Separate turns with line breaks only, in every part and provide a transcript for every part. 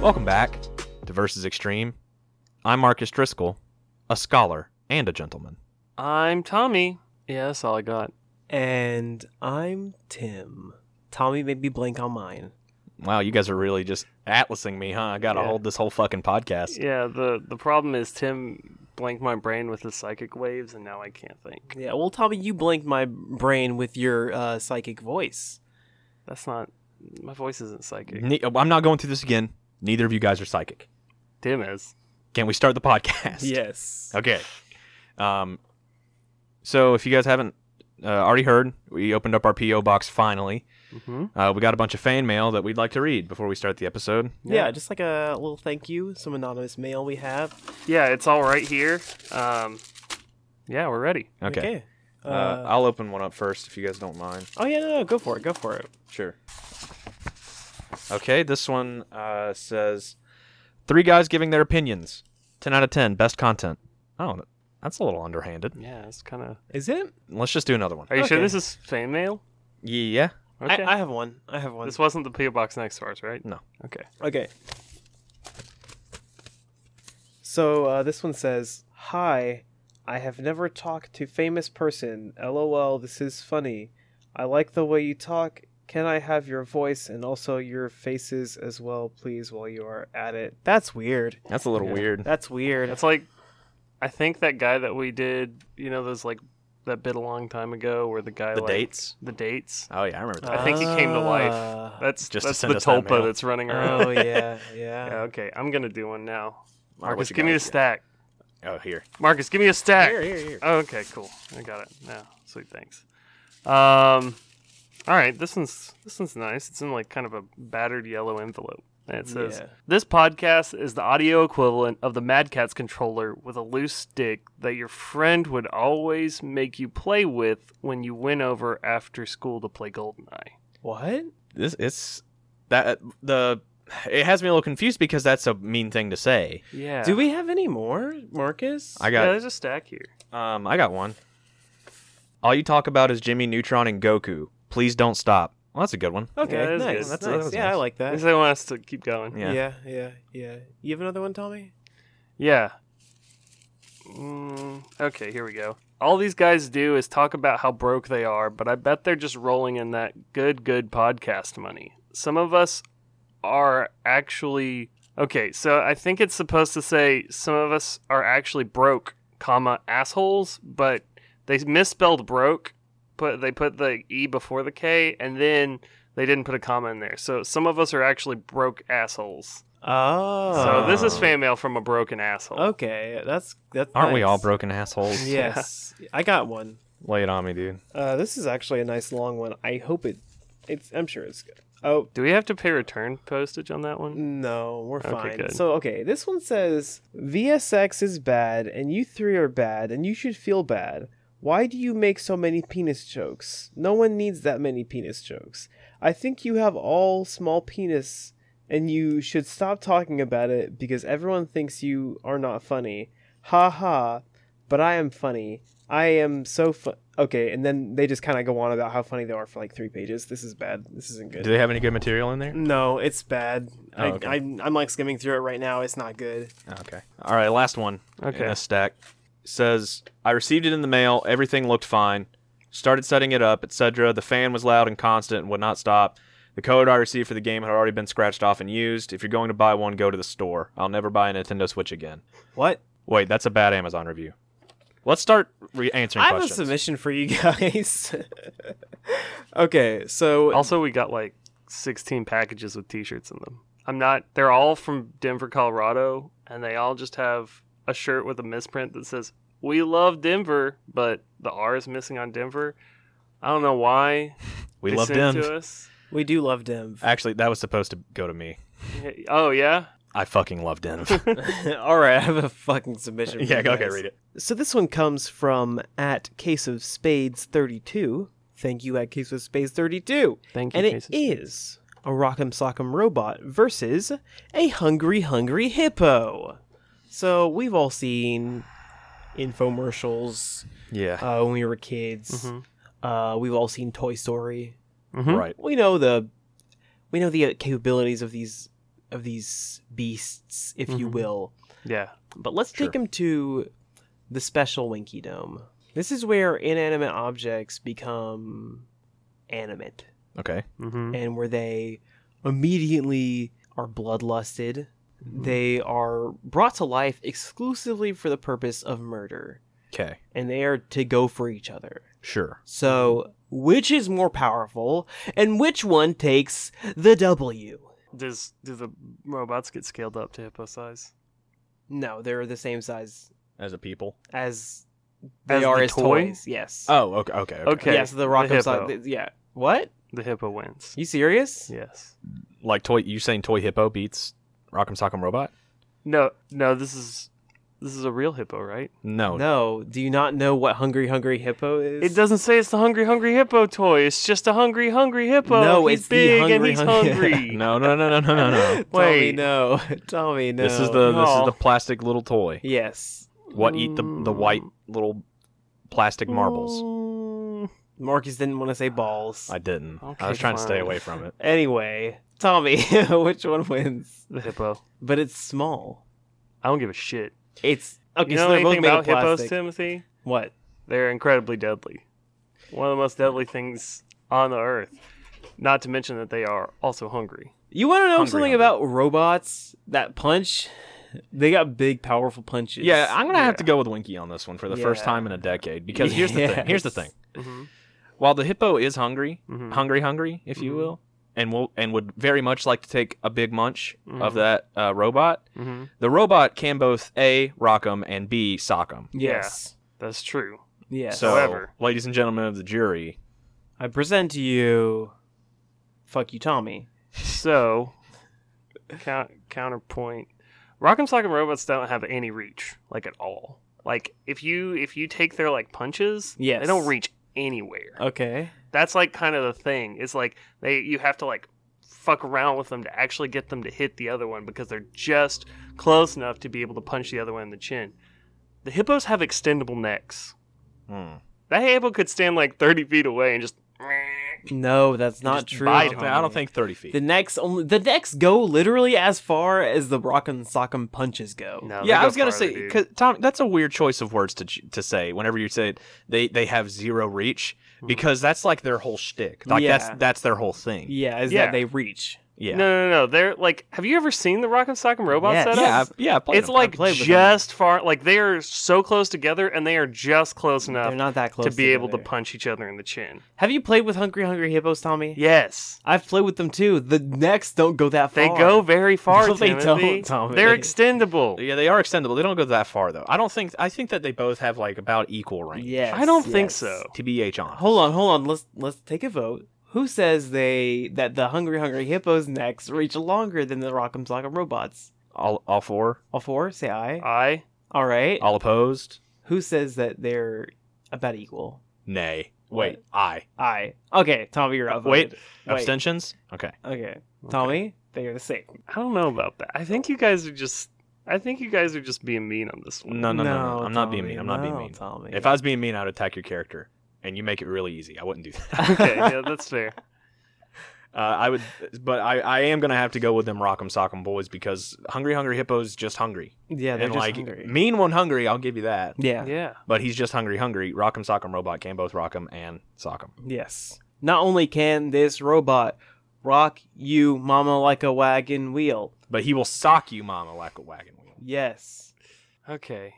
Welcome back to Versus Extreme. I'm Marcus Driscoll, a scholar and a gentleman.
I'm Tommy. Yeah, that's all I got.
And I'm Tim. Tommy made me blank on mine.
Wow, you guys are really just atlasing me, huh? I got to
Yeah.
hold this whole fucking podcast.
Yeah, the the problem is Tim blanked my brain with his psychic waves, and now I can't think.
Yeah, well, Tommy, you blanked my brain with your uh, psychic voice.
That's not my voice isn't psychic.
Mm-hmm.
Ne- I'm not going through this again. Neither of you guys are psychic.
Tim is.
Can we start the podcast?
Yes.
Okay. Um, so if you guys haven't uh, already heard, we opened up our PO box finally.
Mm-hmm.
Uh, we got a bunch of fan mail that we'd like to read before we start the episode.
Yeah. just like a little thank you, some anonymous mail we have.
Yeah, it's all right here. Um, yeah, we're ready.
Okay.
Uh,
Uh, I'll open one up first if you guys don't mind.
oh yeah, no, no, go for it, go for it.
Sure. Okay, this one uh, says three guys giving their opinions. 10 out of 10, best content. Oh, th- that's a little underhanded.
Yeah, it's kind of.
Is it?
Let's just do another one.
Are you sure
Okay.
this is fan mail?
Yeah.
Okay.
I, I have one. I have one.
this wasn't the PO box next to ours, right?
No.
Okay.
Okay. So uh, this one says, "Hi, I have never talked to famous person. LOL, this is funny. I like the way you talk. Can I have your voice and also your faces as well, please, while you are at it?" That's weird.
That's a little
Yeah.
weird.
That's weird.
It's like, I think that guy that we did, you know, those like that bit a long time ago, where the guy
The
like, Uh,
dates.
the dates.
Oh, yeah, I remember that.
I think he came to life.
Ah.
That's
Just
just
to
that's the
send us that mail.
tulpa that's running around.
oh yeah, yeah.
Yeah, okay, I'm gonna do one now.
All right, what
Marcus,
you
give me
got?
a stack.
Oh, here.
Marcus, give me a stack.
Here, here, here.
Oh, okay, cool. I got it. Yeah, sweet, thanks. Um, all right, this one's this one's nice. It's in like kind of a battered yellow envelope, and it says,
Yeah.
"This podcast is the audio equivalent of the Mad Catz controller with a loose stick that your friend would always make you play with when you went over after school to play Goldeneye."
What?
This it's that the it has me a little confused because that's a mean thing to say.
Yeah.
Do we have any more, Marcus?
I
Yeah,
got
there's a stack here.
um I got one. All you talk about is Jimmy Neutron and Goku. Please don't stop. Well, that's a good one.
okay,
Yeah, that is good.
nice.
That's- that
nice.
was
yeah, I
nice.
like
At
that.
least they want us to keep going.
Yeah.
yeah, yeah, yeah. You have another one, Tommy?
Yeah. Mm, okay, here we go. All these guys do is talk about how broke they are, but I bet they're just rolling in that good, good podcast money. Some of us are actually okay. So I think it's supposed to say some of us are actually broke, comma assholes, but they misspelled broke. Put they put the e before the k, and then they didn't put a comma in there. So some of us are actually broke assholes.
Oh.
So this is
Oh.
fan mail from a broken asshole.
Okay, that's that's.
Aren't we
nice.
all broken assholes?
Yes, I got one.
Lay it on me, dude.
Uh, this is actually a nice long one. I hope it. It's. I'm sure it's good. Oh
Do we have to pay return postage on that one?
no, we're
Okay,
fine.
good.
So okay, this one says VSX is bad, and you three are bad, and you should feel bad. Why do you make so many penis jokes? No one needs that many penis jokes. I think you have all small penis, and you should stop talking about it because everyone thinks you are not funny. Ha ha. But I am funny. I am so fu- okay. And then they just kind of go on about how funny they are for like three pages. This is bad. This isn't good.
Do they have any good material in there?
No, it's bad. I,
Oh, okay.
I'm, I'm like skimming through it right now. It's not good.
Oh, Okay. All right, last one.
Okay.
In this stack says I received it in the mail. Everything looked fine. Started setting it up, etc. The fan was loud and constant and would not stop. The code I received for the game had already been scratched off and used. If you're going to buy one, go to the store. I'll never buy a Nintendo Switch again.
What?
Wait, that's a bad Amazon review. Let's start re- answering
I have a
questions.
submission for you guys. okay, so
Also, we got like 16 packages with T-shirts in them. I'm not. They're all from Denver, Colorado, and they all just have a shirt with a misprint that says "We love Denver," but the R is missing on Denver. I don't know why.
we
they
love
sent it
them.
To us.
we do love Denv.
Actually, that was supposed to go to me.
Yeah, Oh yeah.
I fucking love Denv.
All right, I have a fucking submission. For
Uh, yeah,
you
go- okay,
guys.
read it.
So this one comes from at Case of Spades thirty two. Thank you at Case of Spades thirty two.
Thank
And it is a Rock'em Sock'em robot versus a hungry, hungry hippo. So we've all seen infomercials
Yeah.
uh, when we were kids.
Mhm.
Uh, we've all seen Toy Story.
Mhm.
Right.
We know the we know the uh, capabilities of these of these beasts, if you
Mhm.
will.
Yeah.
But let's take him to the special Winky Dome. This is where inanimate objects become animate,
Okay.
Mm-hmm.
and where they immediately are bloodlusted.
Mm-hmm.
They are brought to life exclusively for the purpose of murder,
Okay.
and they are to go for each other.
Sure.
So, which is more powerful, and which one takes the W?
Does do the robots get scaled up to hippo size?
No, they're the same size
As a people.
as they
As
are
the
as
toy?
toys. Yes.
Oh, okay. Okay.
Okay.
Yes, the rock
the
upside.
hippo.
th- yeah. What?
The hippo wins.
You serious?
Yes.
Like toy. You saying toy hippo beats Rock'em Sock'em Robot?
No, no. This is this is a real hippo, right?
No.
No. Do you not know what Hungry Hungry Hippo is?
It doesn't say it's the hungry, hungry hippo toy. It's just a hungry, hungry hippo.
No,
he's
it's the
big and
hungry,
he's
hungry-
hungry.
No. No. No. No. No. No. no.
Tommy,
Wait.
no. Tommy, no.
This is the this is
No.
the plastic little toy.
Yes.
What eat the the white little plastic marbles?
Mm,
Marcus didn't want to say balls.
I didn't. I
Okay,
was trying to stay
fine.
away from it.
Anyway, Tommy, which one wins?
the hippo.
But it's small.
I don't give a shit.
It's okay.
you
so
know
they're both
anything
made
about
of
hippos,
plastic.
Timothy?
What?
They're incredibly deadly. One of the most deadly things on the earth. Not to mention that they are also hungry.
You want to know
Hungry,
something
hungry.
about robots that punch? They got big, powerful punches.
Yeah, I'm gonna have
yeah.
to go with Winky on this one for the first
Yeah.
time in a decade. Because here's the thing. Here's the thing.
Yes.
Mm-hmm.
While the hippo is hungry,
Mhm.
hungry, hungry, if you
Mhm.
will, and will and would very much like to take a big munch of
Mhm.
that uh, robot,
Mm-hmm.
the robot can both a rock 'em and b sock 'em.
Yes.
That's true.
Yes.
So,
However-
ladies and gentlemen of the jury,
I present to you. Fuck you, Tommy.
So, count, counterpoint: Rock'em Sock'em Robots don't have any reach, like at all. Like if you if you take their like punches,
Yes.
they don't reach anywhere.
Okay.
That's like kind of the thing. It's like they you have to like fuck around with them to actually get them to hit the other one because they're just close enough to be able to punch the other one in the chin. The hippos have extendable necks.
hmm,
That hippo could stand like thirty feet away and just.
No, that's not
just
true.
bite 'em. I
Tommy.
don't think 30 feet.
the necks only the necks go literally as far as the rock and sock'em punches go.
No, Oh, they
yeah, I
go
was gonna
farther,
say,
dude.
cause, Tom, that's a weird choice of words to ch- to say. Whenever you say it, they they have zero reach
Hmm.
because that's like their whole shtick. Like
Yeah.
that's that's their whole thing.
Yeah, is
Yeah.
that they reach?
Yeah,
No, no, no. They're like, have you ever seen the Rock and Sock'em Robot
Yes.
setup?
yeah, I've- yeah. I played
it's
them. I
like
played with them.
just far. Like they are so close together, and they are just close
They're
enough
not that close
to be able to
together.
punch each other in the chin.
Have you played with Hungry Hungry Hippos, Tommy?
Yes,
I've played with them too. The necks don't go that
they
far.
go very far.
No, they
Timothy.
don't, Tommy.
They're extendable.
Yeah, they are extendable. They don't go that far though. I don't think. I think that they both have like about equal range.
Yes.
I don't think
yes.
so.
TBH on.
Hold on, hold on. Let's let's take a vote. Who says they that the Hungry Hungry Hippos necks reach longer than the Rock'em Sock'em Robots?
All, all four.
All four, say aye.
I
All right.
All opposed.
Who says that they're about equal?
Nay. Wait. I.
Aye. Okay, Tommy, you're up.
Wait. Abstentions. Okay.
Okay, Tommy, they are the same.
I don't know about that. I think you guys are just. I think you guys are just being mean on this one.
No, no, no, no. I'm not being
Tommy,
mean. I'm not being
no,
mean.
Tommy.
If I was being mean, I'd attack your character, and you make it really easy. I wouldn't do that.
Okay, yeah, that's fair.
Uh, I would, but I, I am gonna have to go with them Rock'em Sock'em boys because Hungry Hungry Hippo's just hungry,
yeah, they're
and
just
like
hungry.
mean one hungry. I'll give you that.
yeah.
Yeah.
But he's just hungry, hungry. Rock'em Sock'em Robot can both Rock'em and Sock'em.
Yes. Not only can this robot rock you, mama, like a wagon wheel.
But he will sock you, mama, like a wagon wheel.
Yes.
Okay.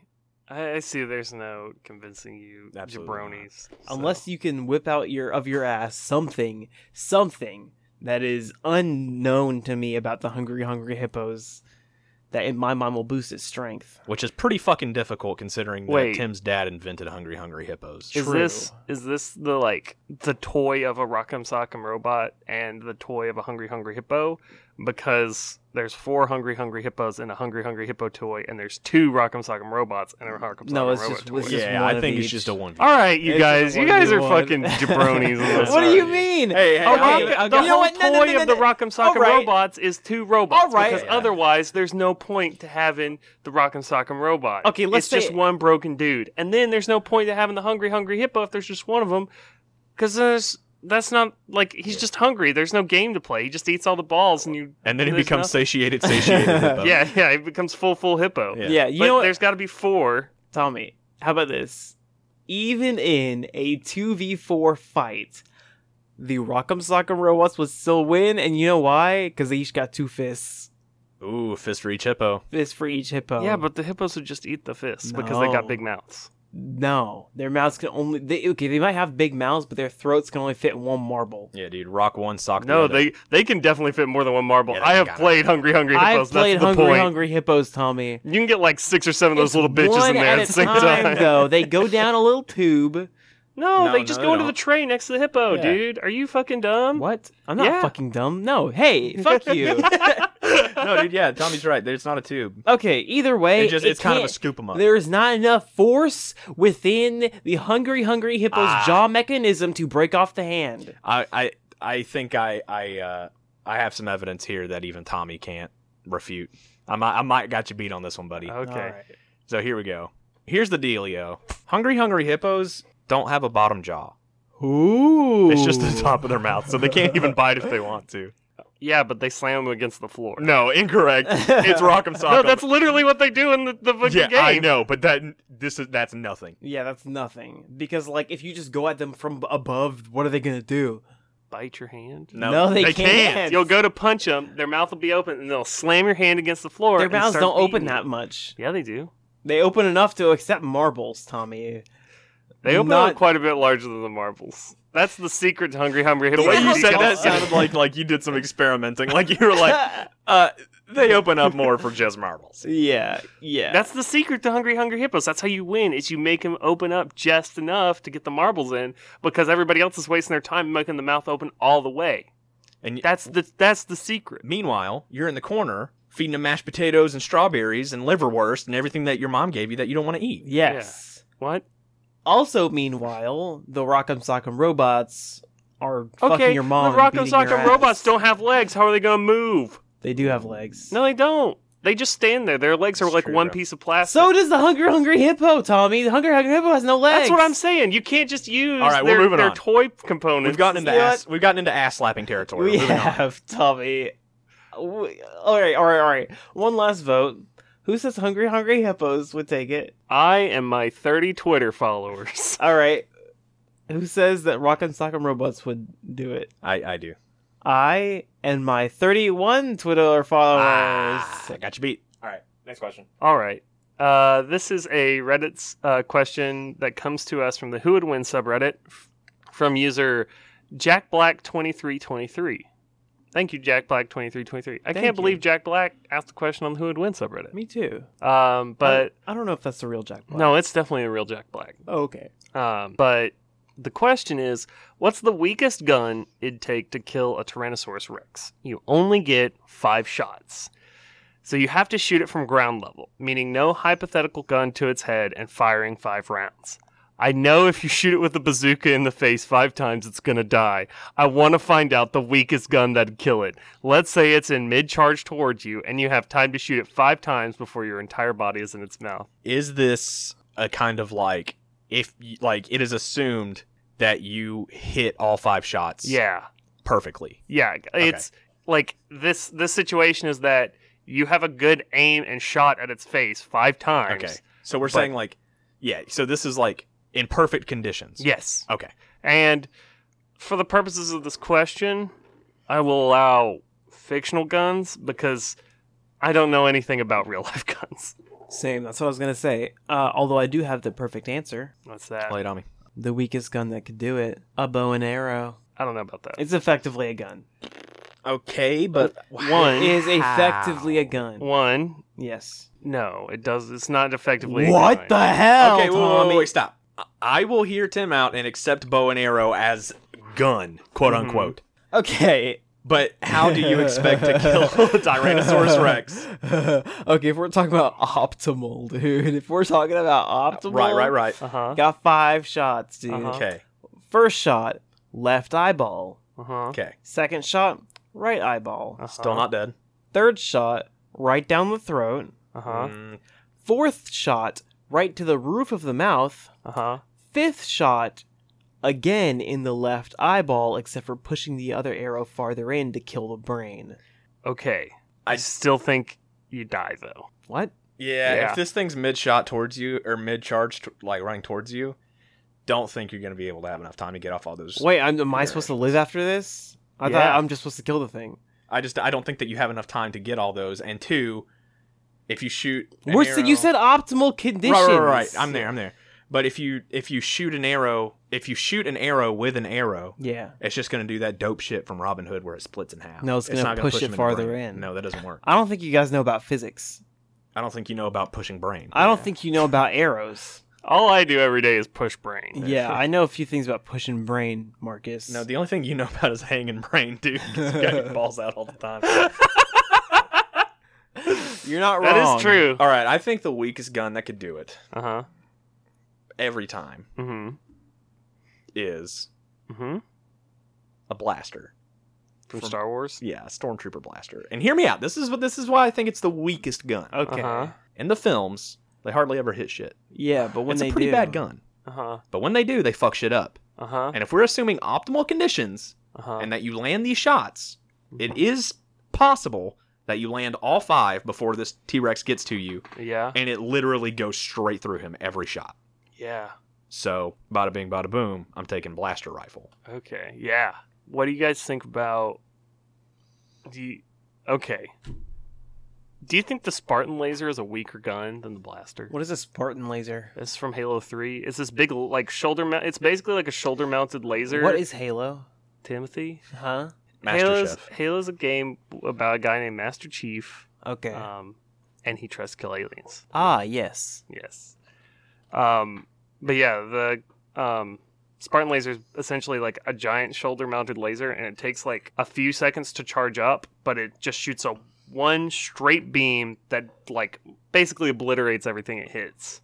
I, I see. There's no convincing you,
Absolutely not.
jabronis.
Unless you can whip out your of your ass something, something that is unknown to me about the hungry, hungry hippos, that in my mind will boost its strength.
which is pretty fucking difficult considering that
Wait.
Tim's dad invented Hungry Hungry Hippos.
Is
True.
this is this the like the toy of a Rock'em Sock'em robot and the toy of a Hungry Hungry Hippo? Because there's four Hungry Hungry Hippos and a Hungry Hungry Hippo toy, and there's two Rock'em Sock'em robots and a Rock'em Sock'em
No, it's
robot
just-
toy.
it's just-
yeah,
one
I
of
think it's
each.
just a one.
All right, you
It's
guys,
just
you
one
guys are
v one.
fucking jabronis. on this
what do you
one.
mean?
Hey, hey,
A
I'll
rock-
give- I'll give-
the
Oh, You know
whole
what? No,
toy
no, no, no,
of the
no.
Rock'em
All
Sock'em
right.
robots is two robots.
All right.
Because
Yeah.
otherwise, there's no point to having the Rock'em Sock'em robot.
Okay, let's
it's
say-
just one broken dude, and then there's no point to having the Hungry Hungry Hippo if there's just one of them, because there's that's not like he's just hungry. There's no game to play. He just eats all the balls, and you
And then he
There's
becomes
nothing.
satiated, satiated. hippo.
yeah yeah he becomes full full hippo.
Yeah.
Yeah, you
but
know what?
there's got to be four.
Tommy, how about this? Even in a 2v4 fight, the Rock'em Sock'em Robots would still win, and you know why? Because they each got two fists.
Ooh, fist for each hippo.
Fist for each hippo.
Yeah, but the hippos would just eat the fists because they
Um, No.
got big mouths.
No, their mouths can only. They, okay, they might have big mouths, but their throats can only fit one marble.
Yeah, dude. Rock one, sock the
No,
other.
they they can definitely fit more than one marble.
Yeah, they
I have
gotta.
played Hungry Hungry Hippos.
I've played
that's the
Hungry
point.
Hungry Hippos, Tommy.
You can get like six or seven of those
It's
little bitches
one
in there
at,
at,
a
the same
time, though. They go down a little tube.
No,
No,
they just
no,
go
they
into the
don't.
tray next to the hippo,
Yeah.
dude. Are you fucking dumb?
What? I'm not
Yeah.
fucking dumb. No. Hey, fuck you.
no, dude. Yeah, Tommy's right. It's not a tube.
okay. Either way,
It just,
it
it's kind of a
can't-
scoop 'em up.
There is not enough force within the hungry, hungry hippo's
Ah.
jaw mechanism to break off the hand.
I, I, I think I, I, uh, I have some evidence here that even Tommy can't refute. I might, I might got you beat on this one, buddy.
Okay.
Alright.
So here we go. Here's the dealio. Hungry, hungry hippos don't have a bottom jaw.
Ooh.
It's just the top of their mouth, so they can't even bite if they want to.
Yeah, but they slam them against the floor.
No, incorrect. It's Rock'em Sock'em.
No, that's literally what they do in the, the fucking
yeah,
game.
I know, but that this is that's nothing.
Yeah, that's nothing. Because like, if you just go at them from above, what are they gonna do?
Bite your hand.
No,
No, they
they can't.
can't.
You'll go to punch them. Their mouth will be open, and they'll slam your hand against the floor.
Their
and
mouths
start
don't open
beating
that
you.
much.
Yeah, they do.
They open enough to accept marbles, Tommy.
They open
Not-
up quite a bit larger than the marbles. That's the secret to Hungry Hungry Hippo.
The way you
Beat
said
y'all
that
up.
sounded like like you did some experimenting. Like you were like, uh, they open up more for just marbles.
yeah, yeah.
That's the secret to Hungry Hungry Hippos. That's how you win. Is you make them open up just enough to get the marbles in, because everybody else is wasting their time making the mouth open all the way.
And y-
That's the that's the secret.
meanwhile, you're in the corner feeding them mashed potatoes and strawberries and liverwurst and everything that your mom gave you that you don't want to eat.
yes.
What?
Also, meanwhile, the Rock'em Sock'em robots are
Okay.
fucking your mom.
the Rock'em
and beating your
Sock'em
ass.
robots don't have legs. How are they gonna move?
They do have legs.
No, they don't. They just stand there. Their legs are
It's
like
true,
one
though.
piece of plastic.
So does the Hungry Hungry Hippo, Tommy. The Hungry Hungry Hippo has no legs.
that's what I'm saying. You can't just use
All right, we're
their,
moving
their
on.
toy components.
We've gotten into
You know
ass. We've gotten into ass slapping territory.
We
Moving on.
have Tommy. We- all right, all right, all right. One last vote. Who says Hungry Hungry Hippos would take it?
I and my 30 Twitter followers.
All right. Who says that Rock'em Sock'em Robots would do it?
I, I do.
I and my 31 Twitter followers.
Ah, I got you beat. All right, next question.
All right. Uh, this is a Reddit uh, question that comes to us from the Who Would Win subreddit f- from user Jack Black 2323. Thank you, Jack Black 2323. I
Thank
can't
you.
believe Jack Black asked a question on the Who Would Win subreddit.
Me too.
Um, but
I, I don't know if that's the real Jack Black.
no, it's definitely a real Jack Black.
Oh, okay.
Um, but the question is, what's the weakest gun it'd take to kill a Tyrannosaurus Rex? You only get five shots. So you have to shoot it from ground level, meaning no hypothetical gun to its head and firing five rounds. I know if you shoot it with a bazooka in the face five times, it's gonna die. I want to find out the weakest gun that'd kill it. Let's say it's in mid charge towards you, and you have time to shoot it five times before your entire body is in its mouth.
Is this a kind of like if y- like it is assumed that you hit all five shots?
Yeah.
perfectly.
Yeah, it's like this. This situation is that you have a good aim and shot at its face five times.
Okay, so we're
But-
saying like, yeah. So this is like in perfect conditions.
Yes.
Okay.
And for the purposes of this question, I will allow fictional guns because I don't know anything about real life guns.
Same. That's what I was going to say. Uh, although I do have the perfect answer.
What's that?
Lay it on me.
The weakest gun that could do it a bow and arrow.
I don't know about that.
It's effectively a gun.
Okay, but
One.
It is effectively a gun.
One.
Yes.
No, it does. It's not effectively. a gun.
What the hell,
okay, wait, wait,
Oh, Tommy?
wait, wait, stop. I- I will hear Tim out and accept bow and arrow as gun, quote
Mm-hmm.
Mhm.
unquote.
Okay.
But how do you expect to kill a Tyrannosaurus Rex?
okay, if we're talking about optimal, dude. If we're talking about optimal,
Right, right, right.
Uh huh.
Got five shots, dude.
Uh-huh.
Okay,
First shot, left eyeball.
Uh huh.
okay.
Second shot, right eyeball.
uh-huh,
Still not dead.
Third shot, right down the throat.
Uh huh.
Mm,
Fourth shot, right to the roof of the mouth.
Uh huh.
Fifth shot, again in the left eyeball, except for pushing the other arrow farther in to kill the brain.
Okay. I
I-
still think you die though.
What?
Yeah,
Yeah.
if this thing's mid shot towards you or mid charge, t- like running towards you, don't think you're going to be able to have enough time to get off all those.
Wait, I'm, am I supposed to live after this? I
Yeah.
thought I'm just supposed to kill the thing.
I just I don't think that you have enough time to get all those. And two, if you shoot, an
Worse than you
arrow-
said optimal
Right,
conditions.
right, right, right. I'm there. I'm there. But if you if you shoot an arrow, if you shoot an arrow with an arrow,
Yeah.
it's just going to do that dope shit from Robin Hood where it splits in half.
No, it's gonna
not gonna
push it
him
farther
brain.
in.
No, that doesn't work.
I don't think you guys know about physics.
I don't think you know about pushing brain.
I don't think you know about arrows.
All I do every day is push brain.
yeah, I know a few things about pushing brain, Marcus.
No, the only thing you know about is hanging brain, dude. 'cause You got your balls out all the time.
you're not
That
wrong. Uh-huh.
is true.
All right, I think the weakest gun that could do it
Uh huh.
every time
Mm
is
hmm. Mm hmm.
a blaster.
From
From-
Star Wars.
Yeah, a stormtrooper blaster. And hear me out. This is what this is why I think it's the weakest gun.
Okay.
Uh-huh.
In the films, they hardly ever hit shit.
Yeah, but when
it's
they
a pretty
do,
bad gun.
Uh huh.
But when they do, they fuck shit up.
Uh huh.
And if we're assuming optimal conditions
Uh huh.
and that you land these shots, it is possible that you land all five before this T-Rex gets to you
Yeah.
and it literally goes straight through him every shot.
Yeah.
So, bada bing, bada boom, I'm taking blaster rifle.
Okay. Yeah. What do you guys think about? Do you... okay. Do you think the Spartan laser is a weaker gun than the blaster?
What is a Spartan laser?
This is from Halo Three. It's this big, like shoulder mount. It's basically like a shoulder mounted laser.
What is Halo?
Timothy?
Huh?
Master
Halo's
Chef.
Halo's a game about a guy named Master Chief,
Okay.
Uh,
um, and he tries to kill aliens.
ah, yes.
Yes. Um, but yeah, the um, Spartan laser is essentially like a giant shoulder mounted laser, and it takes like a few seconds to charge up, but it just shoots a one straight beam that like basically obliterates everything it hits.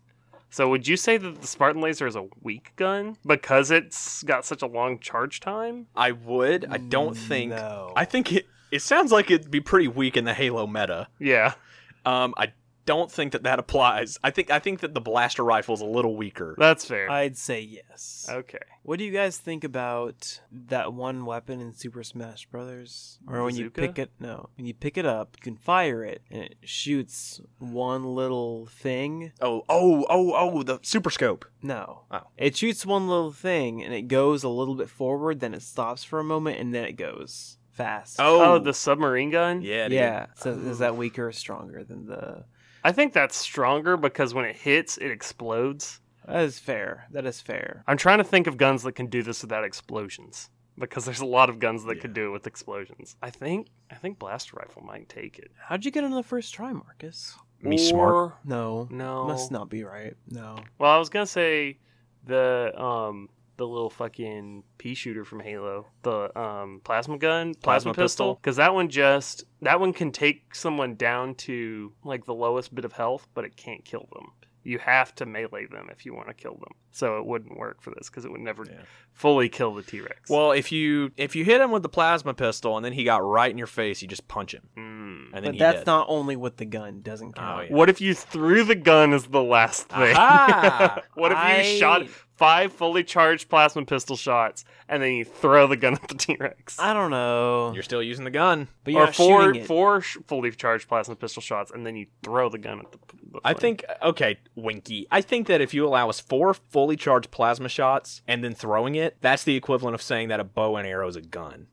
So would you say that the Spartan laser is a weak gun because it's got such a long charge time?
I would. I don't think.
No.
I think it. It sounds like it'd be pretty weak in the Halo meta.
Yeah.
Um, I don't think that that applies. I think I think that the blaster rifle's a little weaker.
That's fair.
I'd say yes.
okay.
What do you guys think about that one weapon in Super Smash Brothers? Or when you
Bazooka?
pick it no, when you pick it up, you can fire it and it shoots one little thing.
Oh, oh, oh, oh! The super scope.
No.
Oh.
It shoots one little thing and it goes a little bit forward, then it stops for a moment and then it goes fast.
Oh,
Oh, the submarine gun?
yeah, dude.
Mm-hmm. yeah. So is that weaker or stronger than the
I think that's stronger because when it hits, it explodes.
That is fair. That is fair.
I'm trying to think of guns that can do this without explosions because there's a lot of guns that could do it with explosions. I think I think blaster rifle might take it.
How'd you get on the first try, Marcus?
Me smart.
Or-
No.
No.
Must not be right. No.
Well, I was gonna say the um the little fucking pea shooter from Halo, the um plasma gun,
Plasma
plasma, pistol,
pistol.
because that one just that one can take someone down to like the lowest bit of health, but it can't kill them. You have to melee them if you want to kill them. So it wouldn't work for this because it would never
Yeah.
fully kill the T Rex.
Well, if you if you hit him with the plasma pistol and then he got right in your face, you just punch him
Mm.
and then
But
he
that's
dead.
not only what the gun doesn't count.
Oh, yeah.
What if you threw the gun as the last thing?
Aha!
what if you shot
I-
five fully charged plasma pistol shots and then you throw the gun at the T Rex?
I don't know.
You're still using the gun.
but you're
Or
not
four
shooting it.
four sh- fully charged plasma pistol shots and then you throw the gun at the. the
I
thing.
think okay, Winky. I think that if you allow us four fully charged plasma shots and then throwing it, that's the equivalent of saying that a bow and arrow is a gun.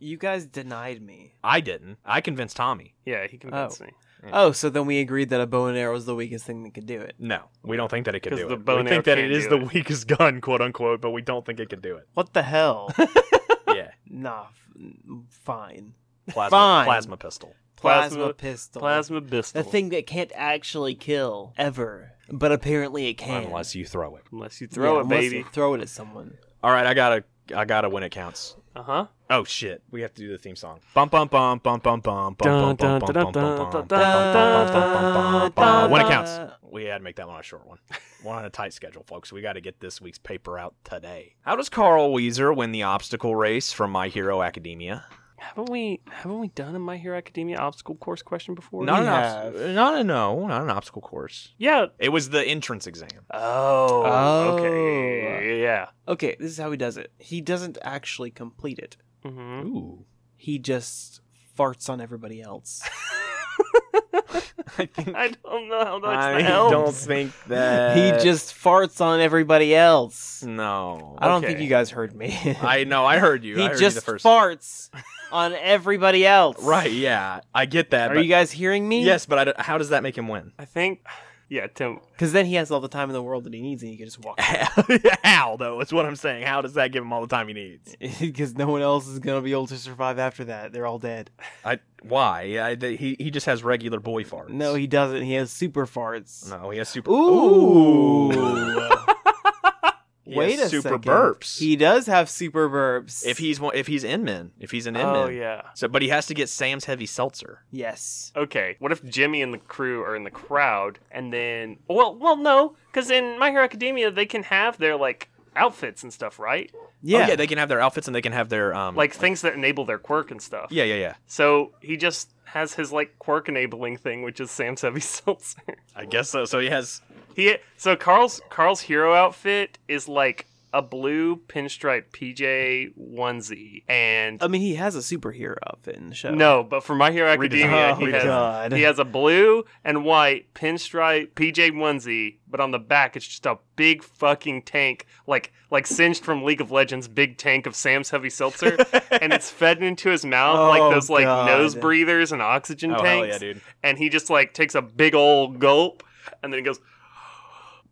You guys denied me.
I didn't. I convinced Tommy.
Yeah, he convinced me.
Oh, so then we agreed that a bow and arrow is the weakest thing that could do it.
No, we don't think that it could
'Cause
do
the
it.
bow
We
and
think
arrow
that it
can't
is
do
the
it.
weakest gun, quote unquote, but we don't think it can do it.
What the hell?
Yeah,
nah, f- fine.
plasma,
Fine.
plasma pistol.
Plasma,
Plasma-
pistol.
Plasma pistol.
The thing that can't actually kill ever, but apparently it can.
Unless you throw it.
Unless you
Yeah,
throw it,
unless
baby.
you Throw it at someone.
All right, I gotta, I gotta when it counts.
Uh huh.
Oh shit, we have to do the theme song. Bum bum bum bum bum bum bum bum bum bum bum bum bum bum bum bum bum bum. When it counts, we had to make that one a short one. We're on a tight schedule, folks. We got to get this week's paper out today. How does Carl Weezer win the obstacle race from My Hero Academia?
Haven't we haven't we done a My Hero Academia obstacle course question before?
Not
we
an obs-
have-
not a no, not an obstacle course.
Yeah.
It was the entrance exam.
Oh. Okay.
Oh.
Yeah.
Okay, this is how he does it. He doesn't actually complete it.
Oh.
hmm
Ooh,
He just farts on everybody else.
I think
I don't know how that's
I
the hell.
don't think that
he
Uh,
just farts on everybody else.
no.
I don't think
Okay.
you guys heard me.
I know. I heard you.
he
I heard you
just
the first.
farts on everybody else.
right. Yeah. I get that.
Are
but-
you guys hearing me?
Yes, but I don't- how does that make him win?
I think. Yeah, Tim.
Because then he has all the time in the world that he needs, and he can just walk.
how though? Is what I'm saying. How does that give him all the time he needs?
Because no one else is gonna be able to survive after that. They're all dead.
I why? I, th- he he just has regular boy farts.
No, he doesn't. He has super farts.
no, he has super.
Ooh.
He
Wait
has
a
super
second.
burps.
He does have super burps.
if he's one, if he's Inman, if he's an Inman.
Oh yeah.
So, but he has to get Sam's heavy seltzer. Oh,
yes.
Okay. What if Jimmy and the crew are in the crowd, and then? Well, well, no, because in My Hero Academia they can have their like outfits and stuff, right?
Oh,
Yeah.
yeah. They can have their outfits and they can have their um.
Like things that enable their quirk and stuff.
Yeah, yeah, yeah.
So he just has his like quirk enabling thing, which is Sam's heavy seltzer.
I guess so. So he has.
He so Carl's Carl's hero outfit is like a blue pinstripe PJ onesie, and
I mean, he has a superhero outfit in the show.
no, but for My Hero Academia,
Oh,
he has
God.
he has a blue and white pinstripe PJ onesie, but on the back it's just a big fucking tank, like like singed from League of Legends, big tank of Sam's heavy seltzer, and it's fed into his mouth
Oh,
like those like
God.
nose breathers and oxygen
Oh hell
tanks,
yeah, dude.
and he just like takes a big old gulp, and then he goes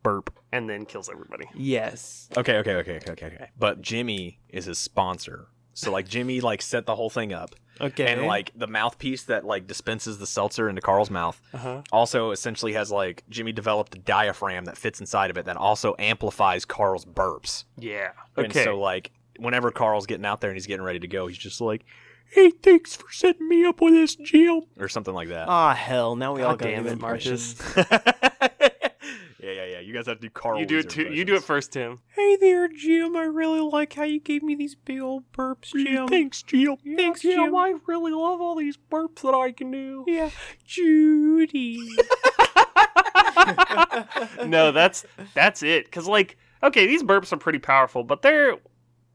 Burp.
and then kills everybody.
Yes.
Okay, okay, okay, okay, okay, okay. But Jimmy is his sponsor. So like Jimmy like set the whole thing up.
Okay.
And like the mouthpiece that like dispenses the seltzer into Carl's mouth
Uh-huh.
also essentially has like Jimmy developed a diaphragm that fits inside of it that also amplifies Carl's burps.
Yeah.
And
Okay.
so like whenever Carl's getting out there and he's getting ready to go, he's just like, Hey, thanks for setting me up with this Jim or something like that.
Uh,
Ah, hell. Now we all
God
got
damn it,
an impression.
Marcus.
yeah, yeah, yeah. You guys have to do Carl.
you do it
Weezer
too. You do it
impressions.
first, Tim.
Hey there, Jim. I really like how you gave me these big old burps, Jim.
Thanks, Jim.
Thanks, Jim.
I really love all these burps that I can do.
Yeah, Judy.
no, that's that's it. Cause like, okay, these burps are pretty powerful, but they're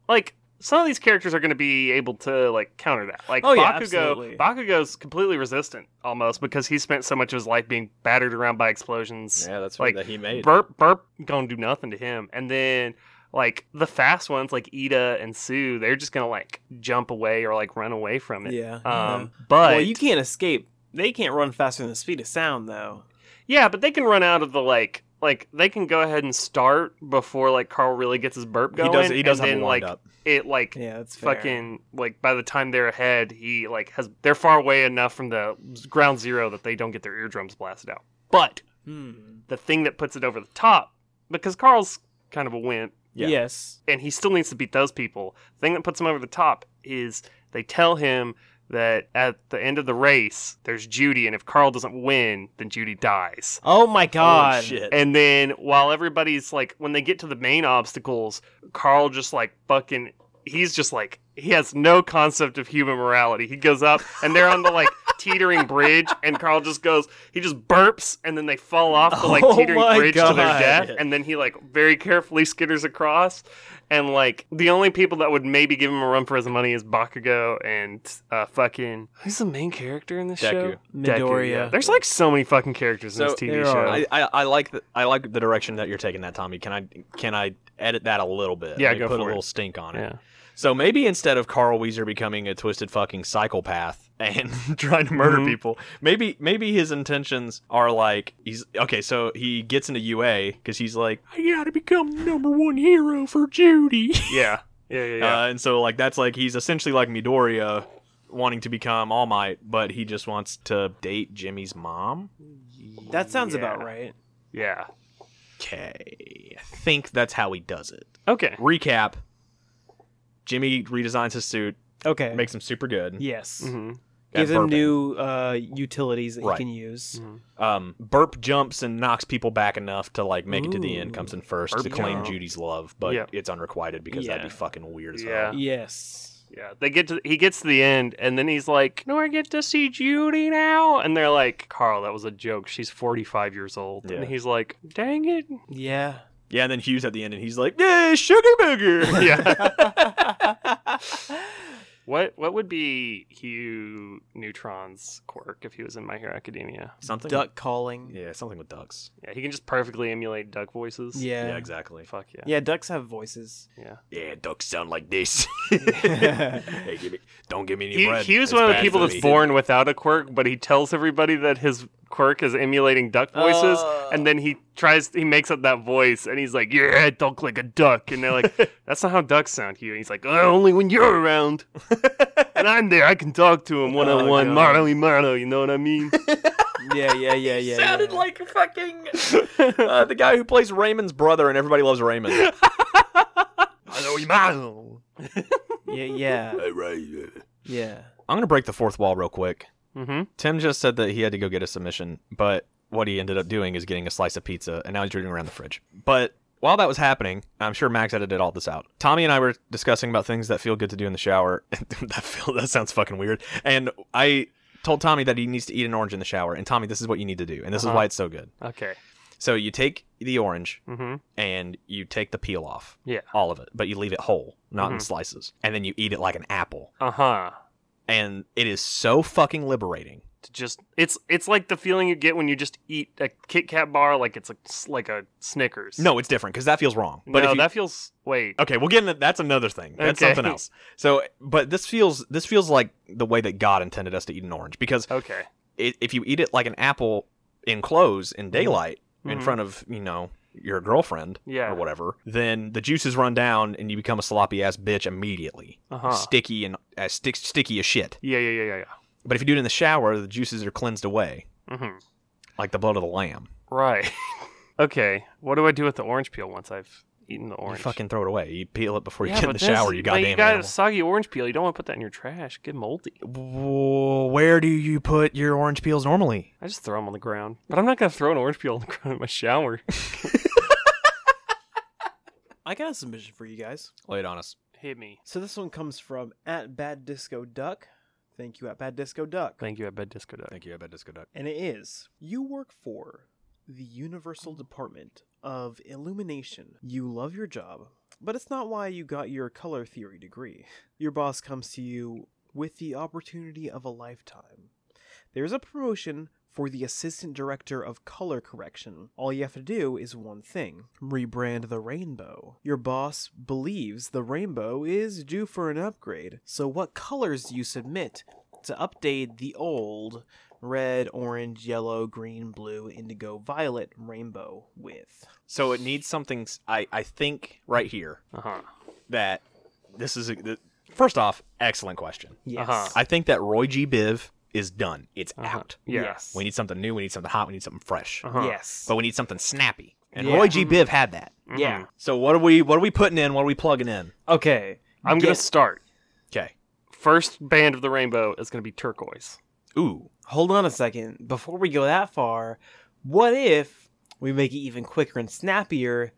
like some of these characters are going to be able to like counter that. Like
Oh, yeah,
Bakugo,
absolutely.
Bakugo's completely resistant almost because he spent so much of his life being battered around by explosions.
Yeah, that's
Like,
what that he made.
burp burp gonna do nothing to him and then like the fast ones like ida and sue they're just gonna like jump away or like run away from it
yeah. Uh-huh.
um but
well, you can't escape. They can't run faster than the speed of sound, though.
yeah but they can run out of the like like they can go ahead and start before like carl really gets his burp
he
going
does. He does
and
have
then
a
like
like, up.
it like
Yeah, that's fair.
fucking like by the time they're ahead he like has they're far away enough from the ground zero that they don't get their eardrums blasted out but
Hmm.
the thing that puts it over the top because carl's kind of a wimp
Yeah.
Yes.
and he still needs to beat those people. The thing that puts him over the top is they tell him that at the end of the race, there's Judy, and if Carl doesn't win, then Judy dies.
Oh my God.
Holy shit.
And then while everybody's like, when they get to the main obstacles, Carl just like fucking, he's just like, he has no concept of human morality. He goes up and they're on the like teetering bridge, and Carl just goes, he just burps, and then they fall off the like
Oh
teetering
my
bridge to their
God.
death and then he like very carefully skitters across and like the only people that would maybe give him a run for his money is bakugo and uh fucking who's the main character in this
Deku.
show
Midoriya.
yeah. there's like so many fucking characters in
So,
this tv
there
show
are.
I, I, I like the I like the direction that you're taking that, Tommy. Can I can I edit that a little bit?
Yeah,
Like,
go
put
for
a
it.
little stink on it.
yeah
So maybe instead of Carl Weezer becoming a twisted fucking psychopath and trying to murder
Mhm.
people, maybe maybe his intentions are like he's okay. So he gets into UA because he's like I gotta become the number one hero for Judy.
yeah yeah yeah, yeah.
Uh, and so like that's like he's essentially like Midoriya wanting to become All Might, but he just wants to date Jimmy's mom.
That sounds
Yeah.
about right.
yeah
Okay. I think that's how he does it.
okay
Recap. Jimmy redesigns his suit,
Okay.
makes him super good.
yes.
hmm
Got
Gives him
burping.
new uh, utilities that
Right.
he can use.
um burp jumps and knocks people back enough to like make it to the end, comes in first
Burp
to claim
jump.
Judy's love, but
Yeah.
it's unrequited because that'd
Yeah.
be fucking weird as
Yeah.
hell.
Yes.
Yeah, they get to he gets to the end, and then he's like, "No, I get to see Judy now," and they're like, "Carl, that was a joke. She's forty five years old,"
Yeah.
and he's like, "Dang it!"
Yeah.
Yeah, and then Hughes at the end, and he's like, "Yeah, sugar booger."
Yeah. what what would be Hugh Neutron's quirk if he was in My Hero Academia?
something.
Duck calling.
Yeah, something with ducks.
Yeah, he can just perfectly emulate duck voices.
Yeah,
Yeah. Yeah,
exactly.
Fuck yeah.
ducks have voices.
Yeah.
Yeah, ducks sound like this.
Hey,
give me, don't give me any
Hugh, Hugh's one of the people that's born without a quirk, but he tells everybody that his quirk is emulating duck voices,
Oh.
and then he tries, he makes up that voice, and he's like, "Yeah, duck like a duck," and they're like, "That's not how ducks sound, Hugh." And he's like, "Uh, "Only when you're around, and I'm there, I can talk to him one on one,
God.
mano y mano. You know what I mean?"
Yeah, yeah, yeah, yeah.
Sounded
yeah.
like fucking uh, the guy who plays Raymond's brother, and everybody loves Raymond.
mano y mano.
Yeah, yeah,
I'm
yeah.
gonna break the fourth wall real quick.
Mm-hmm.
Tim just said that he had to go get a submission, but what he ended up doing is getting a slice of pizza, and now he's rooting around the fridge. But while that was happening, I'm sure Max edited all this out. Tommy and I were discussing about things that feel good to do in the shower. that feel, that sounds fucking weird. And I told Tommy that he needs to eat an orange in the shower. And Tommy, this is what you need to do, and this is
Uh-huh.
why it's so good.
Okay.
So you take the orange
Mm-hmm.
and you take the peel off,
Yeah.
all of it, but you leave it whole, not in
Mhm.
slices, and then you eat it like an apple.
Uh huh.
And it is so fucking liberating.
to just it's it's like the feeling you get when you just eat a Kit Kat bar like it's a, like a Snickers.
No, it's different because that feels wrong. But
no,
if you,
that feels wait.
Okay, we'll get into that's another thing. That's
Okay.
something else. So, but this feels this feels like the way that God intended us to eat an orange because
Okay.
i if you eat it like an apple in clothes in daylight in
Mhm.
front of you know your girlfriend
Yeah.
or whatever, then the juices run down and you become a sloppy ass bitch immediately,
Uh-huh.
sticky and uh, stick, sticky as shit.
Yeah, yeah, yeah, yeah,
But if you do it in the shower, the juices are cleansed away
yeah. hmm
like the blood of the lamb.
Right. okay. What do I do with the orange peel once I've eaten the orange?
You fucking throw it away. You peel it before you
yeah,
get in
but
the
that's-
shower. You
like,
goddamn
You got
animal.
a soggy orange peel. You don't want to put that in your trash. Get moldy.
Wh- Where do you put your orange peels normally?
I just throw them on the ground. But I'm not gonna throw an orange peel on the ground in my shower.
I got a submission for you guys.
Lay it on us.
Hit me.
So this one comes from at Bad Disco Duck. Thank you at Bad Disco Duck.
Thank you. I bet disco duck.
Thank you. I bet Disco Duck.
And it is you work for the Universal Department of Illumination. You love your job, but it's not why you got your color theory degree. Your boss comes to you with the opportunity of a lifetime. There's a promotion for the assistant director of color correction. All you have to do is one thing rebrand the rainbow. Your boss believes the rainbow is due for an upgrade, so what colors do you submit to update the old red, orange, yellow, green, blue, indigo, violet rainbow with?
So it needs something. s- I I think right here
Uh huh.
that this is a, th- first off excellent question.
Yes.
Uh-huh.
I think that Roy G. Biv is done. It's
Uh-huh.
out.
Yeah.
Yes.
We need something new. We need something hot. We need something fresh.
Uh-huh.
Yes.
But we need something snappy. And
Yeah.
Roy G. Biv had that.
Mhm.
yeah.
So what are we? What are we putting in? What are we plugging in?
Okay.
I'm gonna
Get-
start.
Okay.
First band of the rainbow is gonna be turquoise.
Ooh.
Hold on a second. Before we go that far, what if we make it even quicker and snappier,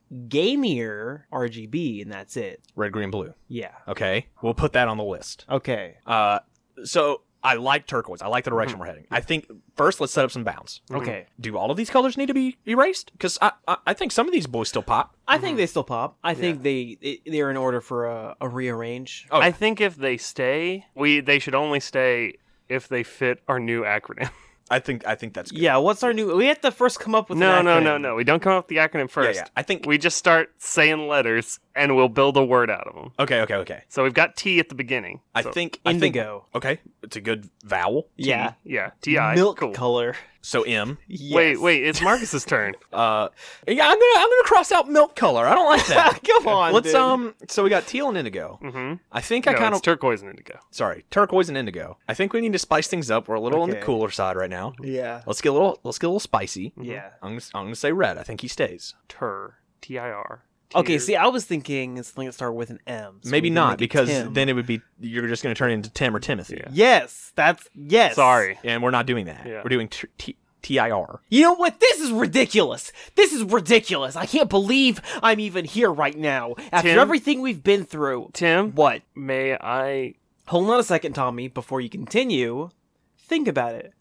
gamier RGB, and that's it?
Red, green, blue.
Yeah.
Okay. We'll put that on the list.
Okay.
Uh. So I like turquoise. I like the
Mm-hmm.
direction we're heading. I think first let's set up some bounds.
Okay.
do all of these colors need to be erased? Because I, I I think some of these boys still pop.
I
mm-hmm.
think they still pop. I think they it, they're in order for a, a rearrange.
Oh, yeah.
I think if they stay, we they should only stay if they fit our new acronym.
I think I think that's
Yeah. What's our new? We have to first come up with
no,
an
no, no,
acronym.
no. We don't come up with the acronym first.
yeah. I think
We just start saying letters and we'll build a word out of them.
okay okay okay.
So we've got T at the beginning.
I
So-
think
Indigo.
I think, okay, it's a good vowel.
Yeah.
Yeah, T I.
Milk
cool.
color.
So M.
Yes.
Wait, wait. It's Marcus's turn.
Uh, yeah, I'm gonna I'm gonna cross out milk color. I don't like that.
Come on.
Let's
dude.
um. So we got teal and indigo.
Mm-hmm.
I think I
no,
kind
it's
of
turquoise and indigo.
sorry turquoise and indigo. I think we need to spice things up. We're a little on the
Okay.
cooler side right now.
Yeah.
Let's get a little let's get a little spicy.
Yeah.
I'm gonna, I'm gonna say red. I think he stays.
Mm-hmm. Tur. T I R.
Okay,
Tier.
see, I was thinking it's something that started with an M. so
Maybe
we can
not
make it
because
Tim.
then it would be you're just gonna turn it into Tim or Timothy.
Yeah.
Yes, that's yes.
Sorry.
and we're not doing that.
Yeah.
We're doing tr- T- TIR.
You know what? This is ridiculous. This is ridiculous. I can't believe I'm even here right now after
Tim?
everything we've been through.
Tim,
What?
may I
Hold on a second, Tommy, before you continue. Think about it.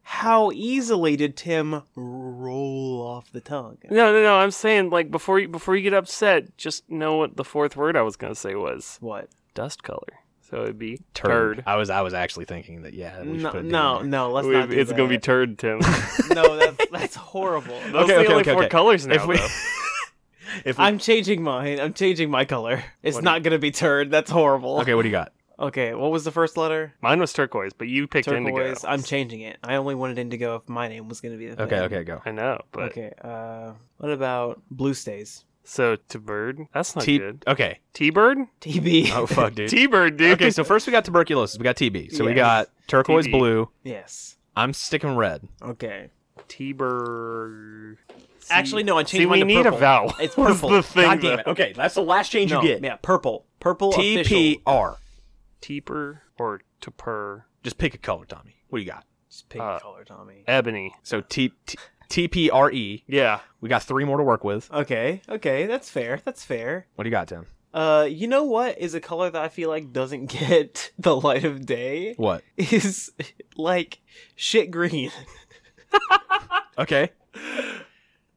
How easily did Tim roll off the tongue?
No, no, no. I'm saying like before you before you get upset, just know what the fourth word I was gonna say was
What?
dust color. So it'd be
Turd.
turd.
I was I was actually thinking that yeah. Uh, We should
No,
put a D
no,
in there.
no, let's
We-
not. do
it's gonna be
that.
turd, Tim.
no, that's that's horrible.
Okay,
Those are the
okay,
only
okay,
four
okay.
colors now.
If we
though.
if we,
I'm changing mine. I'm changing my color. It's
What do
not gonna be turd. That's horrible.
okay, what do you got?
Okay. What was the first letter?
Mine was turquoise, but you picked
Turquoise.
indigo.
I'm changing it. I only wanted indigo if my name was gonna be the
Okay,
thing.
okay, go.
I know, but
Okay. Uh, what about blue stays?
so to bird. That's not
T-
good.
okay.
T bird.
TB.
Oh fuck, dude.
T bird, dude.
okay, so first we got tuberculosis. We got TB. So we
Yes.
got turquoise
TB.
blue.
Yes.
I'm sticking red.
Okay.
T bird.
Actually, no. I changed
See,
mine
we
to
need
purple.
a vowel.
It's
was
purple.
the thing.
God damn it. Okay, that's the last change
No,
you get.
Yeah, purple. Purple. official.
TPR.
Teeper or tupper.
Just pick a color, Tommy. What do you got?
Just pick
Uh,
a color, Tommy.
Ebony.
So T T- TPRE.
Yeah.
We got three more to work with.
Okay. Okay. That's fair. That's fair.
What do you got, Tim?
Uh, you know what is a color that I feel like doesn't get the light of day
What?
is like shit green.
Okay.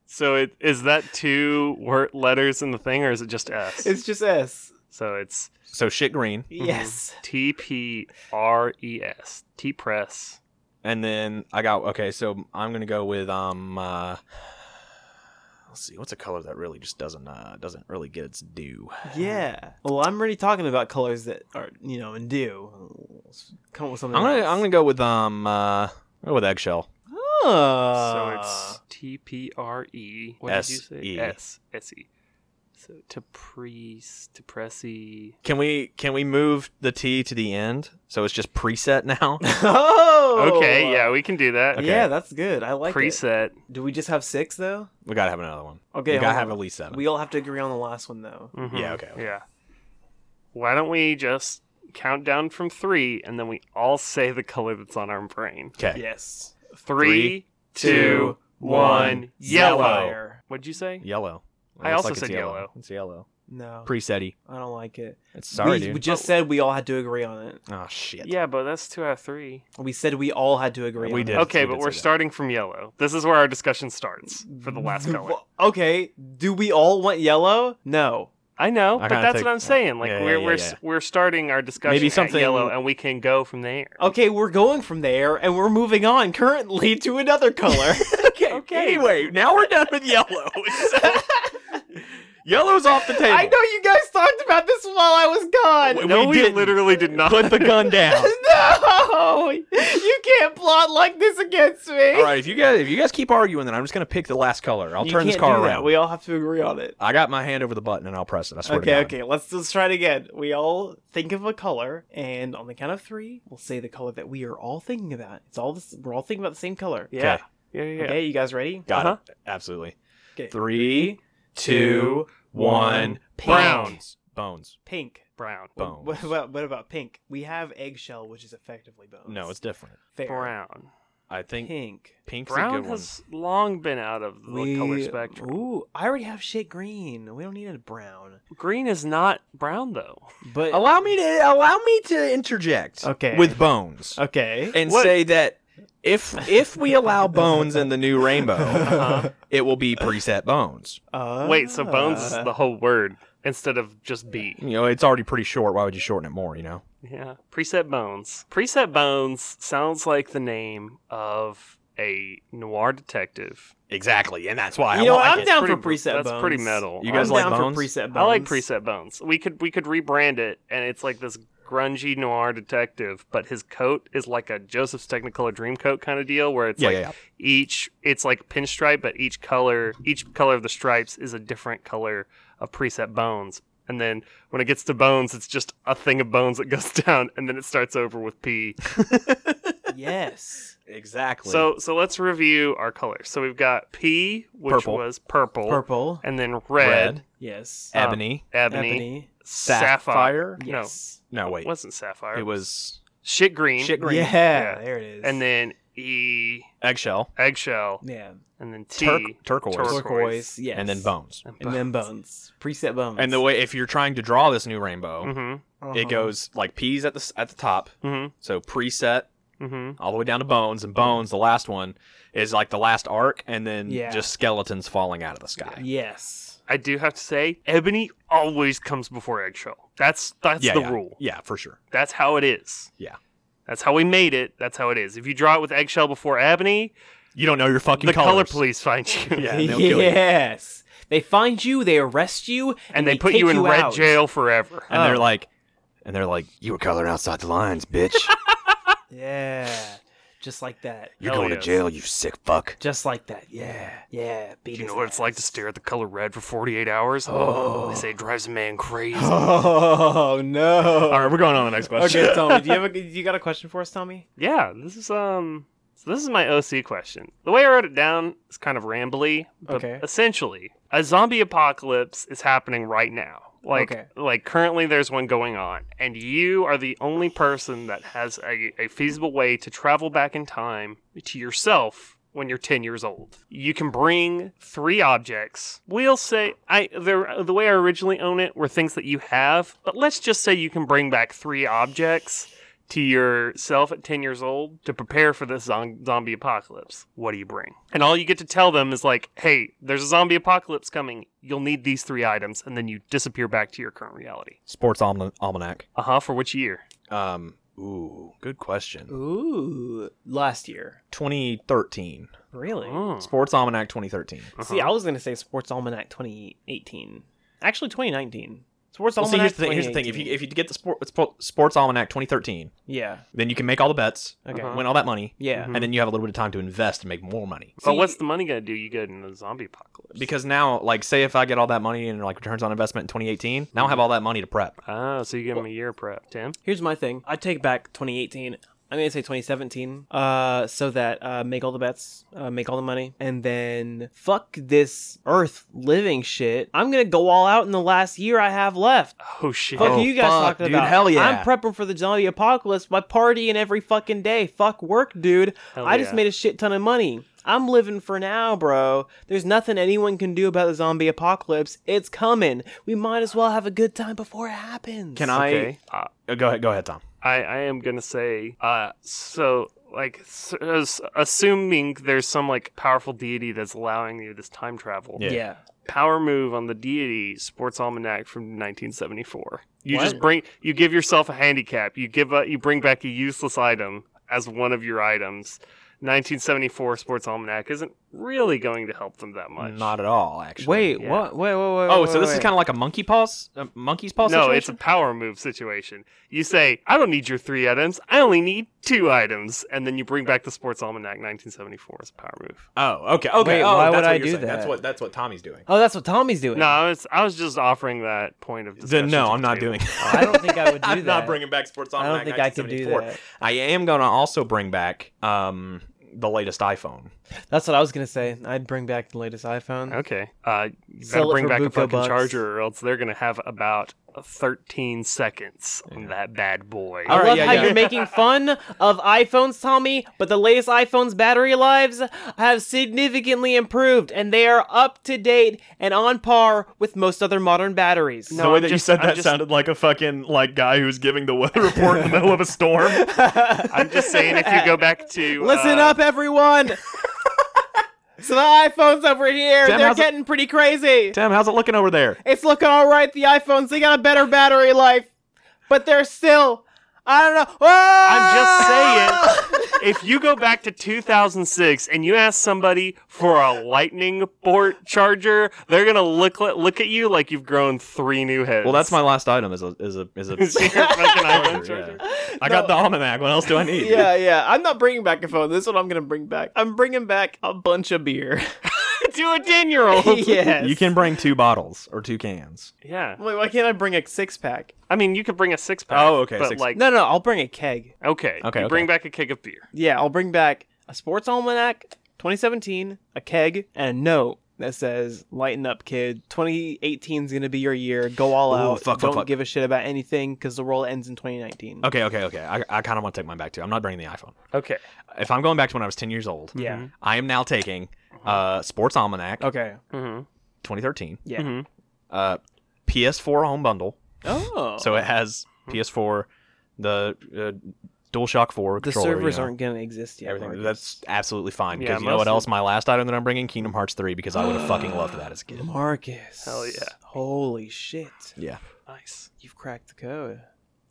So it is that two word letters in the thing, or is it just S?
It's just S.
so it's
So shit green,
Yes.
T P R E S. T press.
and then I got okay. So I'm gonna go with um. Uh, let's see, what's a color that really just doesn't uh doesn't really get its due?
Yeah. Well, I'm already talking about colors that are you know and do. Let's Come up with something.
I'm gonna
else.
I'm gonna go with um uh go with eggshell. Uh,
so
Oh.
it's T P R E. What did you say?
S-E.
S S E. So to press to pressy.
Can we can we move the T to the end so it's just preset now?
oh.
Okay, yeah, we can do that.
Okay.
Yeah, that's good. I like it.
Preset.
Do we just have six though?
we gotta have another one.
Okay,
we gotta
hold
have
on.
at least seven.
We all have to agree on the last one though.
Mhm.
Yeah, okay, okay.
Yeah. Why don't we just count down from three and then we all say the color that's on our brain?
okay.
Yes.
Three, two,
two,
one.
one,
yellow.
Sapphire.
What'd you say?
Yellow.
I
It looks
also
it's
said yellow.
It's yellow.
No,
Presetty.
I don't like it.
It's sorry,
we,
dude.
we just said we all had to agree on it.
oh shit.
Yeah, but that's two out of three.
We said we all had to agree.
We
on
did.
it.
Yes,
okay,
we
but
did
we're
say that.
starting from yellow. This is where our discussion starts for the last
Do-
color.
Okay. Do we all want yellow? No.
I know,
I
but
kinda
that's
take-
what I'm saying. Like
Yeah, yeah,
we're
yeah,
we're s
yeah.
we're starting our discussion
Maybe
at
something-
yellow, and we can go from there.
Okay, we're going from there, and we're moving on currently to another color.
okay. Anyway, now we're done with yellow. Yellow's off the table.
I know you guys talked about this while I was gone.
We-
no, we
didn't.
literally did not.
Put the gun down.
No, you can't plot like this against me.
All right, if you guys if you guys keep arguing, then I'm just gonna pick the last color. I'll
You
turn this
can't
car
do that.
around.
We all have to agree on it.
I got my hand over the button and I'll press it. I swear
Okay,
to God.
okay, let's let's try it again. We all think of a color, and on the count of three, we'll say the color that we are all thinking about. It's all this. We're all thinking about the same color.
yeah. yeah, yeah, yeah.
Okay, you guys ready?
Got
Uh-huh.
it. Absolutely.
Okay.
Three, two, one.
Pink.
Browns. Bones.
Pink.
Brown,
Bones.
What, what, what about pink? We have eggshell, which is effectively bones.
No, it's different.
Fair.
brown.
I think
Pink.
pink's a
Brown
good
has long been out of the color spectrum.
Ooh, I already have shit green. We don't need a brown.
Green is not brown though.
But
one. Allow me to allow me to interject.
Okay.
With bones,
okay.
and
What-
say that if if we allow bones in the new rainbow,
Uh-huh.
it will be preset bones.
Uh,
Wait,
Ah.
so bones is the whole word instead of just B.
You know, it's already pretty short. Why would you shorten it more? You know.
Yeah. Preset bones. Preset bones sounds like the name of a noir detective.
Exactly, and that's why
You know what?
like
I'm down
Pretty-
for preset bones.
that's pretty metal.
You guys
I'm
like
down
bones?
for preset bones.
I like preset bones. We could we could rebrand it and it's like this grungy noir detective, but his coat is like a Joseph's Technicolor dream coat kind of deal where it's
Yeah,
like
yeah, yeah.
each it's like pinstripe, but each color each color of the stripes is a different color of preset bones. And then when it gets to bones, it's just a thing of bones that goes down and then it starts over with P.
Yes.
Exactly.
So so let's review our colors. So we've got P, which
Purple.
was purple,
Purple.
and then red,
Red.
Yes.
Um,
ebony,
Oh. ebony, sapphire.
sapphire.
No.
Yes.
No,
It
wait.
wasn't sapphire.
It was
shit green.
shit green.
Yeah,
Yeah.
There it is.
And then E
Eggshell.
eggshell.
yeah,
And then T
Turk, turquoise.
Turquoise.
turquoise. Yes.
And then bones.
And then bones. Uh-huh. Preset bones.
And the way if you're trying to draw this new rainbow,
hmm
It goes like peas at the s- at the top,
Mm-hmm.
so preset
Mm-hmm.
all the way down to bones, and bones the last one is like the last arc, and then
Yeah.
just skeletons falling out of the sky.
Yes.
I do have to say, ebony always comes before eggshell. That's that's
yeah,
the
yeah.
rule.
Yeah, for sure.
That's how it is.
Yeah.
That's how we made it. That's how it is. If you draw it with eggshell before ebony,
You don't know your fucking
the color
colors.
police find you.
Yeah, and they'll kill you.
yes. They find you, they arrest you, and,
And they, put you
take
in red
out.
jail forever.
And
Oh.
they're like, and they're like, you were coloring outside the lines, bitch.
Yeah. Just like that.
You're
Hell
going
yes.
to jail, you sick fuck.
Just like that. Yeah. Yeah.
Do
Beat
you
his
know what it's like to
ass.
stare at the color red for 48 hours?
Oh.
They say it drives a man crazy.
Oh no.
All right, we're going on to the next question.
Okay, Tommy,
do you have a, you got a question for us, Tommy?
yeah, this is um so this is my OC question. The way I wrote it down is kind of rambly, but
Okay.
essentially, a zombie apocalypse is happening right now. Like
Okay.
like currently there's one going on, and you are the only person that has a, a feasible way to travel back in time to yourself when you're 10 years old. You can bring three objects. We'll say I the, the way I originally own it were things that you have, but let's just say you can bring back three objects to yourself at 10 years old to prepare for this zon- zombie apocalypse. What do you bring? And all you get to tell them is like, "Hey, there's a zombie apocalypse coming. You'll need these three items." And then you disappear back to your current reality.
Sports alman- almanac.
Uh-huh, for which year?
Um, ooh, good question.
Ooh, last year.
2013.
Really?
Uh-huh.
Oh.
Sports almanac 2013.
Uh-huh.
See, I was gonna say Sports Almanac 2018. Actually, 2019. Sports
Well, see,
Almanac.
here's the thing. Here's the thing. If you
2018.
if you get the sport, sport sports almanac 2013,
yeah,
then you can make all the bets,
okay,
Uh-huh.
win all that money,
yeah, Mm-hmm.
Mhm.
and then you have a little bit of time to invest and make more money.
But
See-
what's the money going to do you good in a zombie apocalypse?
Because now, like, say if I get all that money and like returns on investment in 2018, now I have all that money to prep.
Oh, so you give them a year prep, Tim?
Here's my thing. I take back 2018. I'm gonna say 2017. Uh, so that uh, make all the bets, uh, make all the money, and then fuck this Earth living shit. I'm gonna go all out in the last year I have left.
Oh shit.
Fuck
Oh,
you guys
fuck,
talking
dude.
about.
Hell yeah.
I'm prepping for the zombie apocalypse by partying every fucking day. Fuck work, dude.
Hell
I just
yeah.
made a shit ton of money. I'm living for now, bro. There's nothing anyone can do about the zombie apocalypse. It's coming. We might as well have a good time before it happens.
Can I-
Okay. Uh,
Uh, Go ahead, go ahead, Tom.
I, I am gonna say uh so like s- as- assuming there's some like powerful deity that's allowing you this time travel
Yeah.
Yeah.
power move on the deity sports almanac from 1974 you
What?
just bring you give yourself a handicap you give a, you bring back a useless item as one of your items 1974 sports almanac isn't really going to help them that much
Not at all, actually.
Wait,
Yeah.
what? Wait, wait, wait.
Oh, so this is kind of like a monkey paws, a monkey's paw
no,
situation?
it's a power move situation. You say, I don't need your three items. I only need two items. And then you bring back the Sports Almanac 1974 as a power move.
Oh, okay, okay.
Wait,
oh,
why
that's
would
what
I
you're
do
saying. That's
that?
what that's what Tommy's doing.
Oh, that's what Tommy's doing.
No, I was, I was just offering that point of
Then
discussion.
no,
to
I'm
the
not
table.
doing.
I don't think I would do
I'm
that.
not bringing back sports
I
almanac.
don't think I can do
1974.
that.
I am gonna also bring back um the latest iPhone.
That's what I was gonna say. I'd bring back the latest iPhone.
Okay. Uh, you
Sell
better bring
it for
back a
Bucco
fucking
bucks.
charger, or else they're going to have about 13 seconds on that bad boy.
All
I
right,
love
yeah,
how
yeah.
you're making fun of iPhones, Tommy, but the latest iPhone's battery lives have significantly improved, and they are up to date and on par with most other modern batteries.
uh,
No, I'm just- I'm just-
like a fucking like guy who's giving the weather report in the middle of a storm.
I'm just saying, if you go back to.
Listen
uh,
up, everyone! so the iPhones over here,
Tim,
they're
how's it-
getting pretty crazy.
Tim, how's it looking over there?
It's looking all right. The iPhones they got a better battery life, but they're still I don't know. Ah!
I'm just saying, if you go back to 2006 and you ask somebody for a lightning port charger, they're gonna look look at you like you've grown three new heads.
Well, that's my last item. Is a is a is a.
Is your fucking iPhone
Yeah.
charger?
I got the almanac. What else do I need?
Yeah, yeah. I'm not bringing back a phone. This is what I'm gonna bring back. I'm bringing back a bunch of beer.
to a ten year old.
yes.
You can bring two bottles or two cans.
Yeah,
Wait, why can't I bring a six pack?
I mean you could bring a six pack.
Oh, okay,
But
six-
like,
No, no. I'll bring a keg.
okay,
Okay,
You
okay.
bring back a keg of beer.
Yeah, I'll bring back a sports almanac, 2017, a keg, and a note that says "Lighten up, kid. 2018 is gonna be your year. Go all
Ooh,
out.
fuck, fuck,
Don't
fuck.
give a shit about anything because the world ends in 2019."
Okay, okay, okay. I, I kind of want to take mine back too. I'm not bringing the iPhone.
Okay,
If I'm going back to when I was 10 years old,
Yeah. Oh.
I am now taking uh, Sports Almanac
Okay.
hmm
2013,
Mm-hmm.
Yeah.
uh, PS4 home bundle.
Oh.
So it has
Uh-huh.
PS4, the uh, DualShock 4
The
controller.
servers
you know,
aren't going to exist yet.
everything.
Marcus.
That's absolutely fine
Yeah,
because you know what
mostly-
else? My last item that I'm bringing, Kingdom Hearts 3, because I would have fucking loved that as a kid.
Marcus.
Hell yeah.
Holy shit.
Yeah,
Nice.
You've cracked the code.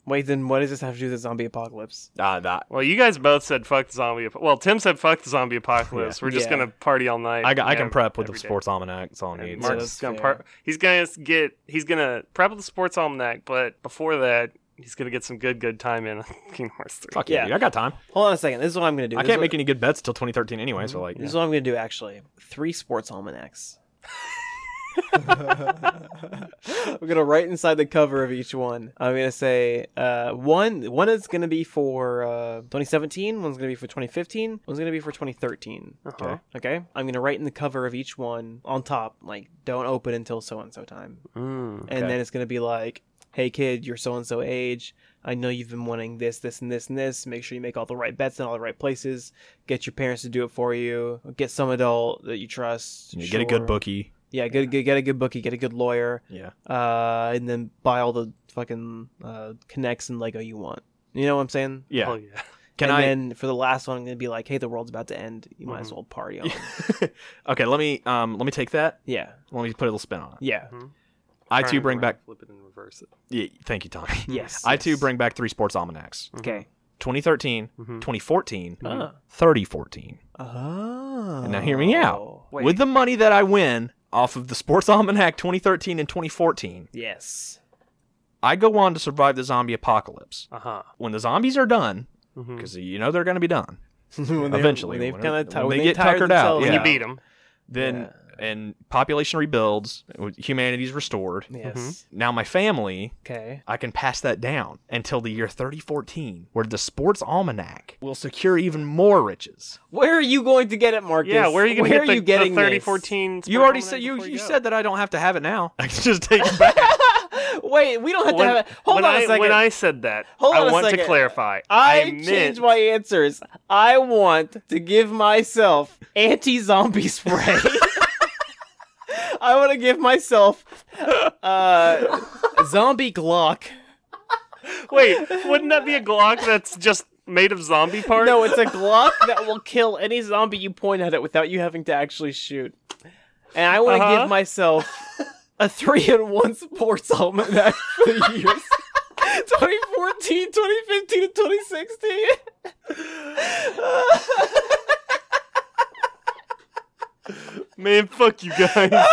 Wait, then what does this have to do with the zombie apocalypse?
uh, that
Well, you guys both said fuck the zombie. ap- Well, Tim said fuck the zombie apocalypse. We're just
Yeah.
gonna party all night.
I, got, I can
ev-
prep with the
every day.
sports almanac. That's all I
And
need.
Mark-
so-
Mark's
that's
gonna
fair.
par- He's gonna s- get. He's gonna prep with the sports almanac, but before that, he's gonna get some good good time in Kingdom Hearts three.
Fuck yeah,
Yeah.
dude, I got time.
Hold on a second. This is what I'm going to do.
I
This
can't
is
make
what-
any good bets till 2013 anyway. So like,
This is what I'm going to do, actually. Three sports almanacs. I'm gonna write inside the cover of each one. I'm gonna say uh, one one is gonna be for uh, 2017, one's gonna be for 2015, one's gonna be for 2013.
Uh-huh.
Okay.
Okay, I'm gonna write in the cover of each one on top, like don't open until so and so time,
Mm.
and
Okay.
then it's gonna be like, hey kid, you're so and so age. I know you've been wanting this, this, and this, and this. Make sure you make all the right bets in all the right places. Get your parents to do it for you. Get some adult that you trust.
you get a good
Sure.
bookie.
Yeah, get, get, get a good bookie. Get a good lawyer
Yeah.
uh, and then buy all the fucking uh, connects and Lego you want. You know what I'm saying?
Yeah.
Hell yeah.
Can
Oh, and
I? Mm-hmm.
then for the last one, I'm gonna be like, "Hey, the world's about to end. You might as well party on."
okay. Let me um. Let me take that.
yeah,
Let me put a little spin on it.
yeah,
I
Turn
too
it
bring
around,
back.
flip it and reverse it.
Yeah, thank you, Tommy.
yes.
I too
yes.
bring back three sports almanacs:
Okay.
2013,
Mhm.
2014,
Ah.
3014.
Oh.
now hear me out. With the money that I win off of the sports almanac 2013 and 2014,
Yes.
I go on to survive the zombie apocalypse.
Uh huh.
When the zombies are done,
Mm-hmm.
because you know they're going to be done.
when
Eventually,
when
when
they've kind
it-
of
when they get tuckered out,
When
yeah.
you beat him,
Then and population rebuilds, humanity's restored.
Yes.
Now my family
Okay.
I can pass that down until the year 3014, where the sports almanac will secure even more riches.
Where are you going to get it, Marcus?
yeah. Where are you gonna get the,
you getting
the
this?
30, 14
You already
Sparkle
said you,
Almanac
you
before
said that I don't have to have it now. I can just take it back.
Wait, we don't have
go?
to
when,
have it. Hold
when
on a
I,
second.
When I said that,
Hold on
I
a
want
second.
to clarify.
I,
meant
changed my answers. I want to give myself anti zombie spray. I want to give myself uh, zombie Glock.
Wait, wouldn't that be a Glock that's just made of zombie parts?
No, it's a Glock that will kill any zombie you point at it without you having to actually shoot. And I want to
Uh-huh.
give myself a three in one sports almanac for the years 2014, 2015, and 2016.
man, fuck you guys.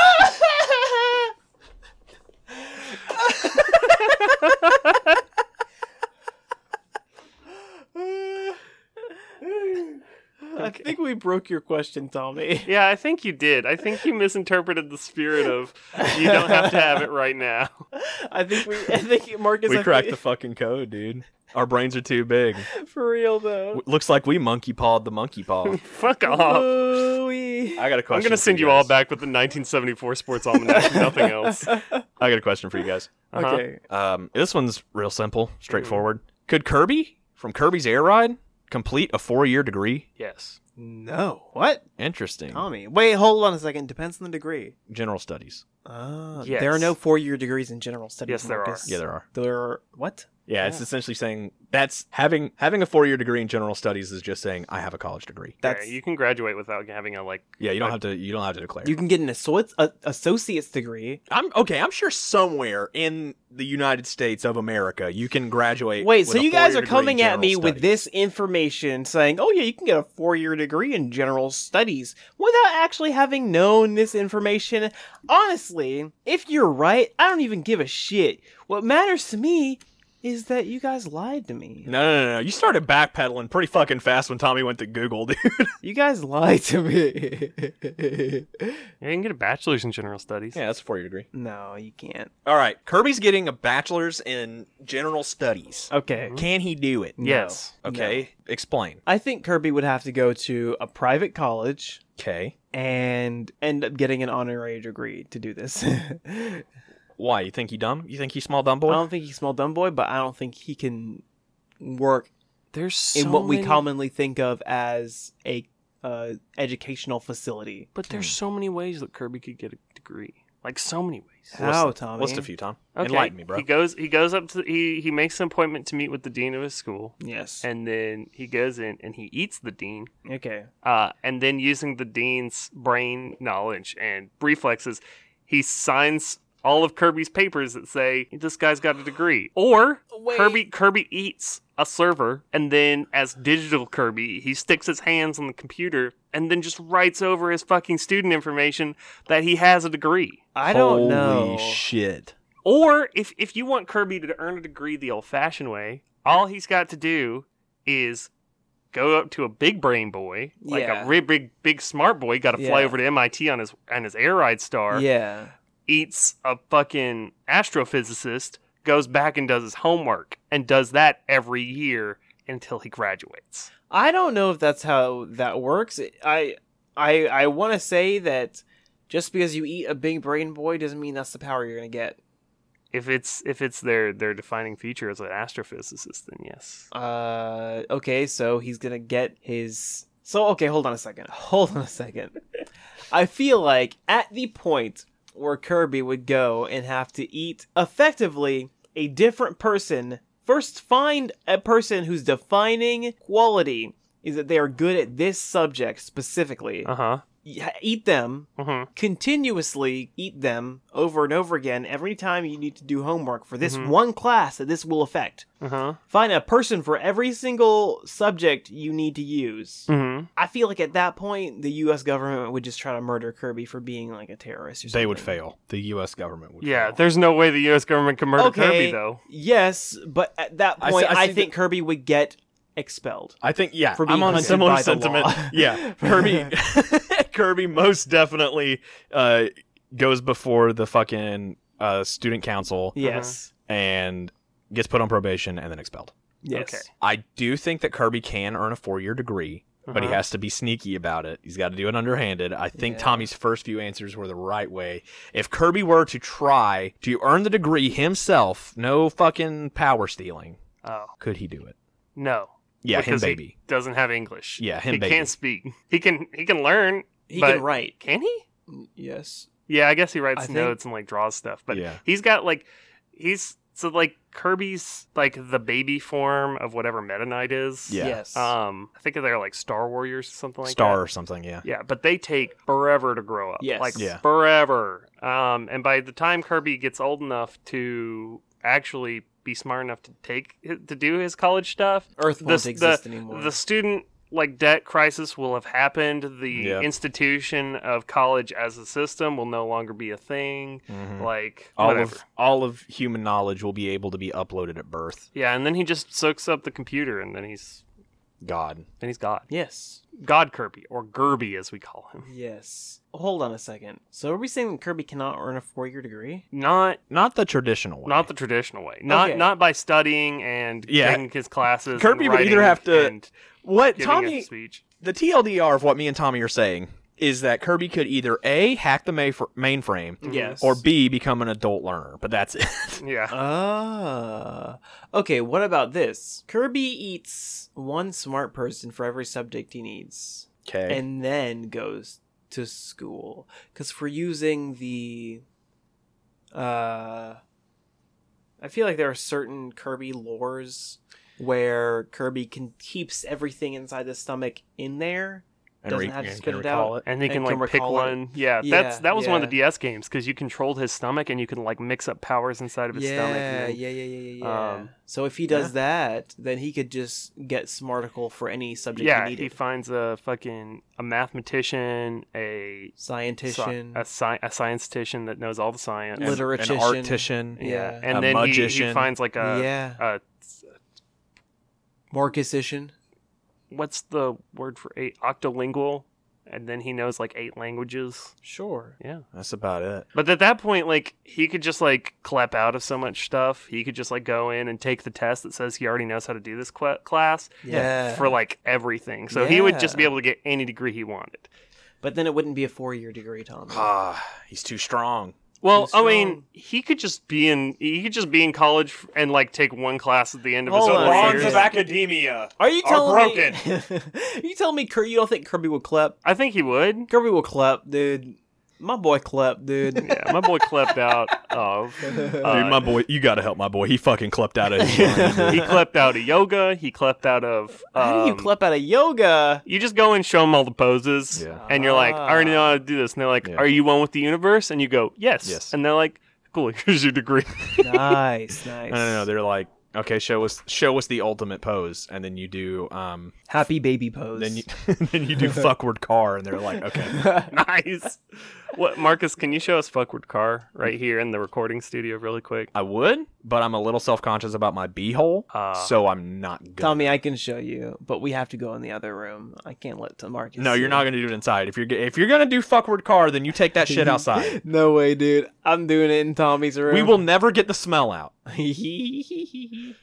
I think we broke your question, Tommy.
yeah, I think you did. I think you misinterpreted the spirit of you don't have to have it right now.
I think we, I think Marcus,
we
I
cracked the
think,
fucking code, dude. Our brains are too big.
for real though.
Looks like we monkey pawed the monkey paw.
Fuck off.
Ooh-wee.
I got a question.
I'm gonna
for
send you
guys.
all back with the 1974 sports almanac, nothing else.
I got a question for you guys.
Uh-huh.
Okay.
Um, this one's real simple, straightforward. Could Kirby from Kirby's Air Ride complete a four-year degree?
Yes.
No. What?
Interesting.
Tommy. Wait, hold on a second. Depends on the degree.
General studies.
Ah,
Yes.
There are no four year degrees in general studies.
Yes, there are.
Marcus.
Yeah, there are.
There are. What?
Yeah, it's essentially saying that's having having a four year degree in general studies is just saying I have a college degree.
That's.
Yeah,
you,
you can graduate without having a like.
Yeah, you don't have to you don't have to declare.
can get an associate's, a, associate's degree.
I'm okay. I'm sure somewhere in the United States of America you can graduate.
Wait,
with
so
a
you guys
four-year
are
degree in
coming at
general
me with
studies.
this information saying, oh, yeah, you can get a four year degree in general studies without actually having known this information. Honestly, if you're right, I don't even give a shit. What matters to me is that you guys lied to me.
No, no, no, no. You started backpedaling pretty fucking fast when Tommy went to Google, dude.
You guys lied to me.
You can get a bachelor's in general studies.
yeah, that's a four year degree.
no, you can't.
All right, Kirby's getting a bachelor's in general studies.
Okay.
Can he do it?
No.
Yes.
Okay, explain.
I think Kirby would have to go to a private college
Okay,
and end up getting an honorary degree to do this. I
why? You think he dumb? You think he small dumb boy?
don't think he's small dumb boy, but I don't think he can work
There's so
in what we
many-
commonly think of as a uh, educational facility.
Hmm.
But there's so many ways that Kirby could get a degree. like so many ways.
How, Tommy?
List a few, Tom.
Okay.
Enlighten me, bro.
He goes. He goes up to. He he makes an appointment to meet with the dean of his school,
Yes.
and then he goes in and he eats the dean.
okay.
Uh, and then using the dean's brain knowledge and reflexes, he signs all of Kirby's papers that say this guy's got a degree. Or Kirby Kirby eats a server, and then as digital Kirby, he sticks his hands on the computer and then just writes over his fucking student information that he has a degree.
I don't know.
Holy shit.
Or if if you want Kirby to earn a degree the old-fashioned way, all he's got to do is go up to a big brain boy, like
Yeah.
a big big big smart boy, got to fly
Yeah.
over to MIT on his on his air ride star,
yeah.
eats a fucking astrophysicist, goes back and does his homework, and does that every year until he graduates.
I don't know if that's how that works. I I I want to say that just because you eat a big brain boy doesn't mean that's the power you're gonna get.
If it's if it's their their defining feature as an astrophysicist, then yes.
Uh, okay, so he's gonna get his. So okay, hold on a second. Hold on a second. I feel like at the point where Kirby would go and have to eat effectively a different person. First, find a person whose defining quality is that they are good at this subject specifically.
Uh huh.
Y- Eat them,
hmm
continuously eat them over and over again every time you need to do homework for this
Mhm.
one class that this will affect.
Uh huh.
Find a person for every single subject you need to use.
Mm-hmm.
I feel like at that point, the U.S. government would just try to murder Kirby for being like a terrorist or something.
They would fail. The U.S. government would.
Yeah,
fail.
there's no way the U.S. government can murder Kirby,
Okay.
though.
Yes, but at that
I
point,
see-
I,
I see
think Kirby would get expelled.
I think yeah.
For being
I'm on a
hunted
similar
by the
sentiment.
law.
Yeah, Kirby. Kirby most definitely uh, goes before the fucking uh, student council
Uh-huh.
Yes.
and gets put on probation and then expelled.
Yes.
Okay.
I do think that Kirby can earn a four-year degree, but he
Uh-huh.
has to be sneaky about it. He's got to do it underhanded. I think
Yeah.
Tommy's first few answers were the right way. If Kirby were to try to earn the degree himself, no fucking power stealing,
Oh
could he do it?
no.
Yeah,
because
him
he
baby.
doesn't have English.
Yeah, him
he
baby.
can't speak. He can he can learn.
He
But-
can write.
Can he?
Yes.
Yeah, I guess he writes
I think-
notes and like draws stuff, but
Yeah.
he's got like he's so like Kirby's like the baby form of whatever Meta Knight is.
Yeah.
Yes.
Um, I think they're like Star Warriors or something like
Star
that.
or something, yeah.
Yeah, but they take forever to grow up.
Yes.
Like
Yeah.
forever. Um, and by the time Kirby gets old enough to actually be smart enough to take to do his college stuff,
Earth won't
this- the-
exist anymore.
the student like debt crisis will have happened. The
Yeah.
institution of college as a system will no longer be a thing.
Mhm.
Like
all
whatever.
of all of human knowledge will be able to be uploaded at birth.
yeah, and then he just soaks up the computer, and then he's
God.
then he's God,
yes.
God Kirby or Gerby as we call him.
Yes. Hold on a second. So are we saying that Kirby cannot earn a four-year degree?
Not
Not the traditional one.
not the traditional way. Not
Okay.
not by studying and
Yeah.
taking his classes.
Kirby
and
would either
writing
have to-
and
what
giving a
Tommy
speech.
the TLDR of what me and Tommy are saying is that Kirby could either A hack the may- mainframe
Yes.
or B become an adult learner, but that's it.
Uh,
Yeah.
Ah. okay, what about this? Kirby eats one smart person for every subject he needs
Okay.
and then goes to school cuz for using the uh I feel like there are certain Kirby lores where Kirby can keeps everything inside the stomach in there. doesn't have to spit it out.
it.
and he
and
can
can
like pick
recall it.
one. Yeah,
Yeah,
that's that was one of the
yeah.
DS games because you controlled his stomach and you can like mix up powers inside of his stomach. and then-
yeah, yeah, yeah, yeah, yeah.
um,
so if he does that, then he could just get Smarticle for any subject
yeah.
he needed.
He finds a fucking a mathematician, a sci-
Scientician.
a, sci- a scientistician that knows all the science.
Liter-
An
Literatician.
artician.
yeah.
and
a
then he, he
magician.
finds like a,
yeah.
a
Marcusician.
what's the word for eight octolingual, and then he knows like eight languages.
Sure.
Yeah.
That's about it.
But at that point, like he could just like clap out of so much stuff. He could just like go in and take the test that says he already knows how to do this qu- class.
Yeah.
For like everything, so he would just be
Yeah.
able to get any degree he wanted.
But then it wouldn't be a four year degree, Tom.
Ah, he's too strong.
Well,
He's
I mean,
strong.
he could just be in he could just be in college f- and like take one class at the end of his
Hold
four
on a
years.
second.
academia.
Are you
Are
telling me? Are you telling me Kirby, you don't think Kirby will clap?
I think he would.
Kirby will clap, dude.
My boy Clep, dude.
Yeah, my boy clept out of. uh,
Dude, my boy, you gotta help my boy. He fucking clept out of his
he clept out of yoga. He clept out of. Um,
How do you Clep out of yoga?
You just go and show them all the poses,
Yeah.
and you're like, I already know
Ah.
how to do this. And they're like,
Yeah.
Are you one with the universe? And you go, Yes.
Yes.
And they're like, Cool, here's your degree.
nice, nice.
No, no, no. They're like, okay, show us, show us the ultimate pose, and then you do, um,
Happy baby pose.
then you, then you do fuckward car, and they're like, okay,
nice. What, Marcus? Can you show us fuckward car right here in the recording studio, really quick?
I would, but I'm a little self conscious about my beehole,
Ah.
so I'm not. Gonna.
Tell me I can show you, but we have to go in the other room. I can't let to Marcus.
No,
see.
you're not gonna do it inside. If you're g- if you're gonna do fuckward car, then you take that shit outside.
No way, dude. I'm doing it in Tommy's room.
we will never get the smell out.
yes,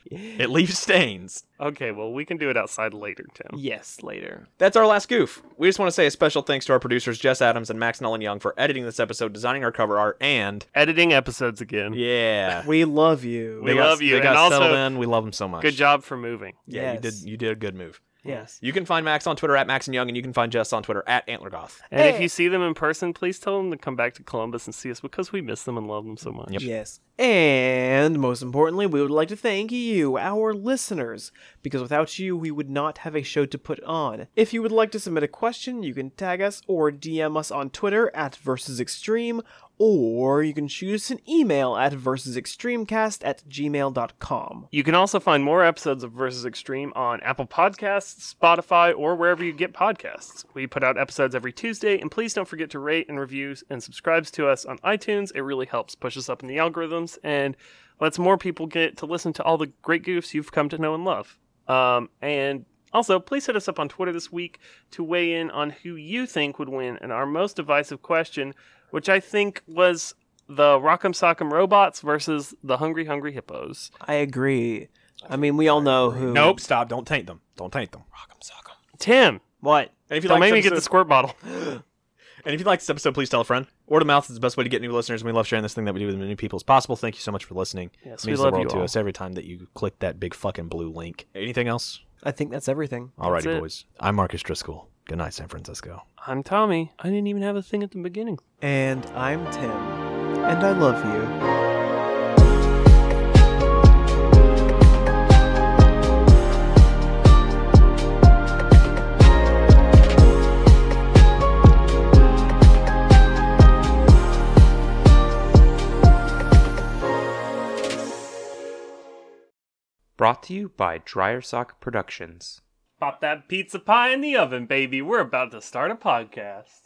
It leaves stains.
Okay, well, we can do it outside later, Tim.
later.
That's our last goof. We just want to say a special thanks to our producers Jess Adams and Max Nolan Young for editing this episode, designing our cover art, and
Editing episodes again.
yeah,
We love you.
We
They got-
love you,
They got
and also-
settled in. We love them so much.
Good job for moving.
Yeah, you did.
Yes.
You did a good move.
Yes.
You can find Max on Twitter at Max and Young, and you can find Jess on Twitter at Antlergoth.
And if you see them in person, please tell them to come back to Columbus and see us because we miss them and love them so much.
Yep.
Yes. And most importantly, we would like to thank you, our listeners, because without you, we would not have a show to put on.
If you would like to submit a question, you can tag us or DM us on Twitter at Versus Extreme, or you can shoot us an email at versusextremecast at gmail.com.
You can also find more episodes of Versus Extreme on Apple Podcasts, Spotify, or wherever you get podcasts. We put out episodes every Tuesday, and please don't forget to rate and review and subscribe to us on iTunes. It really helps push us up in the algorithms and lets more people get to listen to all the great goofs you've come to know and love. Um, and also, please hit us up on Twitter this week to weigh in on who you think would win in our most divisive question, which I think was the Rock'em Sock'em Robots versus the Hungry Hungry Hippos.
I agree. I mean, we all know who.
Nope, stop. Don't taint them. Don't taint them.
Tim,
What?
And if you
Don't
like
make
this
me get the
episode-
squirt bottle.
and if you like this episode, please tell a friend. Word of mouth is the best way to get new listeners, and we love sharing this thing that we do with as many people as possible. Thank you so much for listening.
Yes,
It
we
means
love
the world
you
to
all.
us every time that you click that big fucking blue link. Anything else?
I think that's everything.
Alrighty,
it.
boys. I'm Marcus Driscoll. Good night, San Francisco.
I'm Tommy. I didn't even have a thing at the beginning.
And I'm Tim, and I love you.
Brought to you by Dryer Sock Productions.
Pop that pizza pie in the oven, baby. We're about to start a podcast.